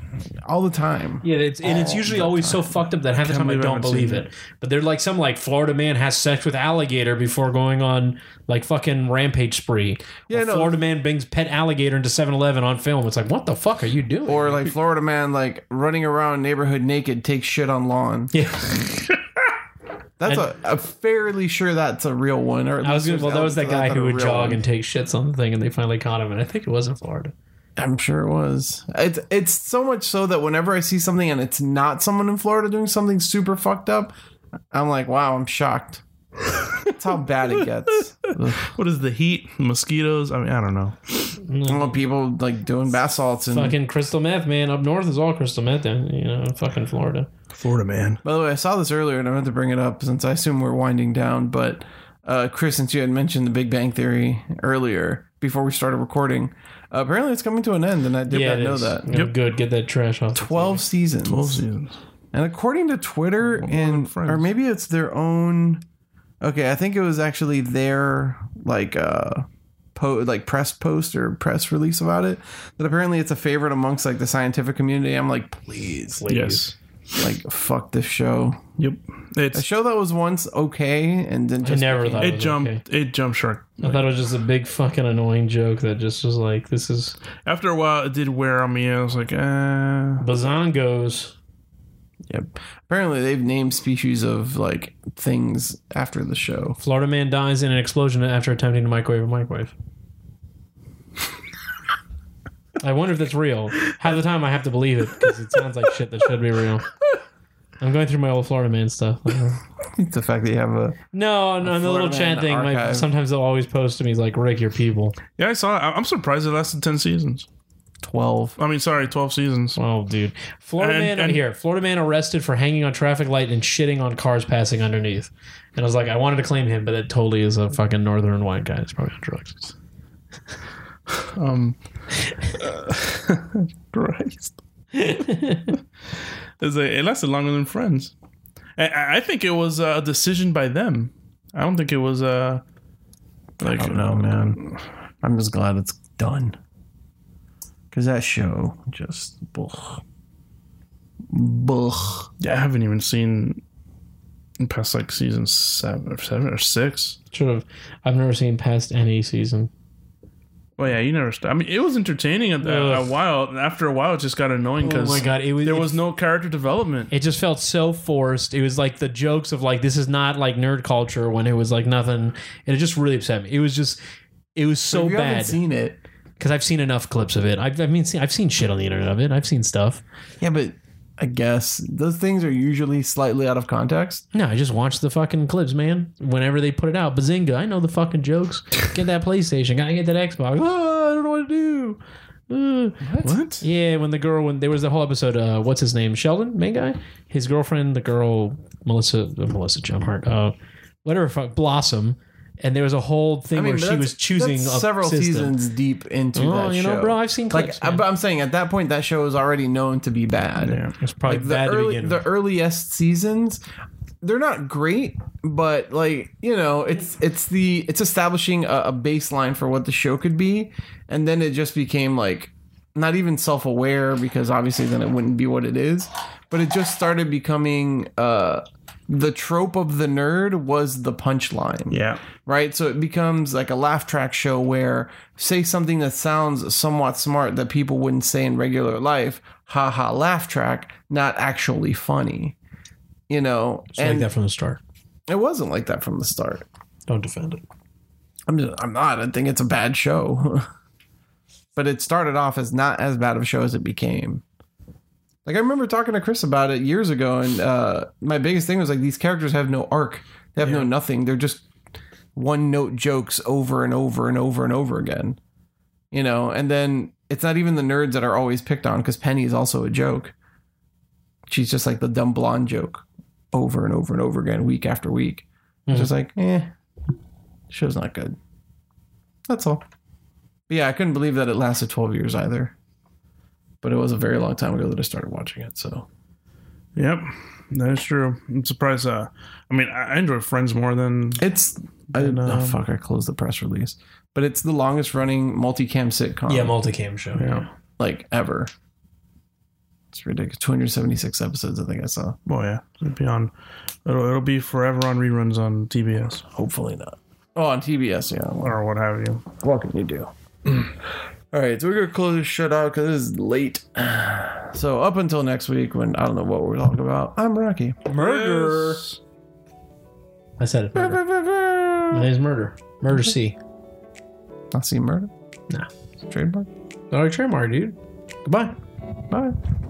all the time. Yeah, it's, and Oh, it's usually always so fucked up that half the time I believe I don't haven't believe seen it. But they're like some like Florida man has sex with alligator before going on like fucking rampage spree. Yeah, Or no. Florida man brings pet alligator into 7-Eleven on film. It's like what the fuck are you doing? Or like Florida man, like running around neighborhood naked, takes shit on lawn. yeah, That's a, a fairly sure that's a real one. Or at I was least gonna, well. there's That was that elements of are guy who would real jog ones. and take shits on the thing, and they finally caught him. And I think it was in Florida. I'm sure it was. It's it's so much so that whenever I see something and it's not someone in Florida doing something super fucked up, I'm like, wow, I'm shocked. That's how bad it gets. Ugh. what is the heat? Mosquitoes? I mean, I don't know. Well, people like doing bath salts and. Fucking crystal meth, man. Up north is all crystal meth. Then you know, fucking Florida. Florida man. By the way, I saw this earlier and I meant to bring it up since I assume we're winding down. But uh, Chris, since you had mentioned the Big Bang Theory earlier before we started recording, uh, apparently it's coming to an end, and I did yeah, not it know is. that. Yeah, Good, get that trash off. Twelve seasons. seasons. And according to Twitter and friends. or maybe it's their own Okay, I think it was actually their like uh po- like press post or press release about it that apparently it's a favorite amongst like the scientific community. I'm like, please, Please. Yes. like fuck this show. Yep. A It's show that was once okay and then I just never became- thought it it was jumped. okay. It jumped shark. I thought it was just a big fucking annoying joke that just was like, this is After a while, it did wear on me. I was like, eh. Bazongos. Yep. Apparently they've named species of like things after the show. Florida man dies in an explosion after attempting to microwave a microwave. I wonder if that's real. Half the time I have to believe it because it sounds like shit that should be real. I'm going through my old Florida man stuff. It's the fact that you have a No, no, and the little Florida chat Man thing. My, archive. sometimes they'll always post to me like, "Rick, your people." Yeah, I saw. I- I'm surprised it lasted ten seasons. 12. I mean, sorry, twelve seasons. Oh, dude, Florida And- man and- here. Florida man arrested for hanging on traffic light and shitting on cars passing underneath. And I was like, I wanted to claim him, but that totally is a fucking northern white guy. It's probably on drugs. Um, uh, Christ. It's like, it lasted longer than Friends. I- I, I think it was a decision by them. I don't think it was uh like I don't know, man. I'm just glad it's done. Because that show just. Ugh. Ugh. Yeah, I haven't even seen in past like season seven or seven or six. Should have. I've never seen past any season. Oh yeah, you never. St- I mean, it was entertaining at a, a Ugh. while. and After a while, it just got annoying Oh because my god, it was. there was no character development. It just felt so forced. It was like the jokes of like this is not like nerd culture when it was like nothing, and it just really upset me. It was just, it was so If you haven't bad seen it. because I've seen enough clips of it. I've, I mean, see, I've seen shit on the internet of it. I've seen stuff. Yeah, but I guess those things are usually slightly out of context. No, I just watched the fucking clips, man. Whenever they put it out, Bazinga! I know the fucking jokes. Get that PlayStation. Gotta get that Xbox. Ah, I don't know what to do. Uh, What? Yeah, when the girl, when there was the whole episode, uh, what's his name, Sheldon, main guy, his girlfriend, the girl Melissa, uh, Melissa Jumhart, uh, whatever, fuck, Blossom, and there was a whole thing where but she that's- was choosing that's a several system. seasons deep into Oh, that you know, show. bro, I've seen clips. like, I- man. but I'm saying at that point, that show is already known to be bad. Yeah. it's probably Like the bad to early, begin the with. earliest seasons, they're not great, but like you know, it's it's the it's establishing a, a baseline for what the show could be, and then it just became like not even self aware because obviously then it wouldn't be what it is, but it just started becoming uh, the trope of the nerd was the punchline Yeah. right? So it becomes like a laugh track show where say something that sounds somewhat smart that people wouldn't say in regular life, haha, laugh track, not actually funny. You know, It's like that from the start. it wasn't like that from the start. Don't defend it. I'm just, I'm not. I think it's a bad show. but it started off as not as bad of a show as it became. Like I remember talking to Chris about it years ago, and uh, my biggest thing was like these characters have no arc. They have no nothing. They're just one note jokes over and over and over and over again. You know, and then it's not even the nerds that are always picked on because Penny is also a joke. She's just like the dumb blonde joke over and over and over again, week after week. It's just like, eh, show's not good. That's all. But yeah, I couldn't believe that it lasted 12 years either. But it was a very long time ago that I started watching it. So Yep. That is true. I'm surprised. Uh, I mean, I I enjoy Friends more than it's. I didn't know. fuck, I closed the press release. But it's the longest running multicam sitcom Yeah, multicam show. yeah. like ever. It's ridiculous. 276 episodes, I think I saw. Oh yeah, it'll be on. It'll, it'll be forever on reruns on TBS Hopefully not. Oh, on TBS, yeah. What, or what have you. what can you do? All right, so we're gonna close this shit out because it's late. So up until next week, when I don't know what we're talking about. I'm Rocky. Murder. Yes. I said it. Murder. My name's Murder. Murder C. I see murder. Nah. Trademark. Not a trademark, dude. Goodbye. Bye.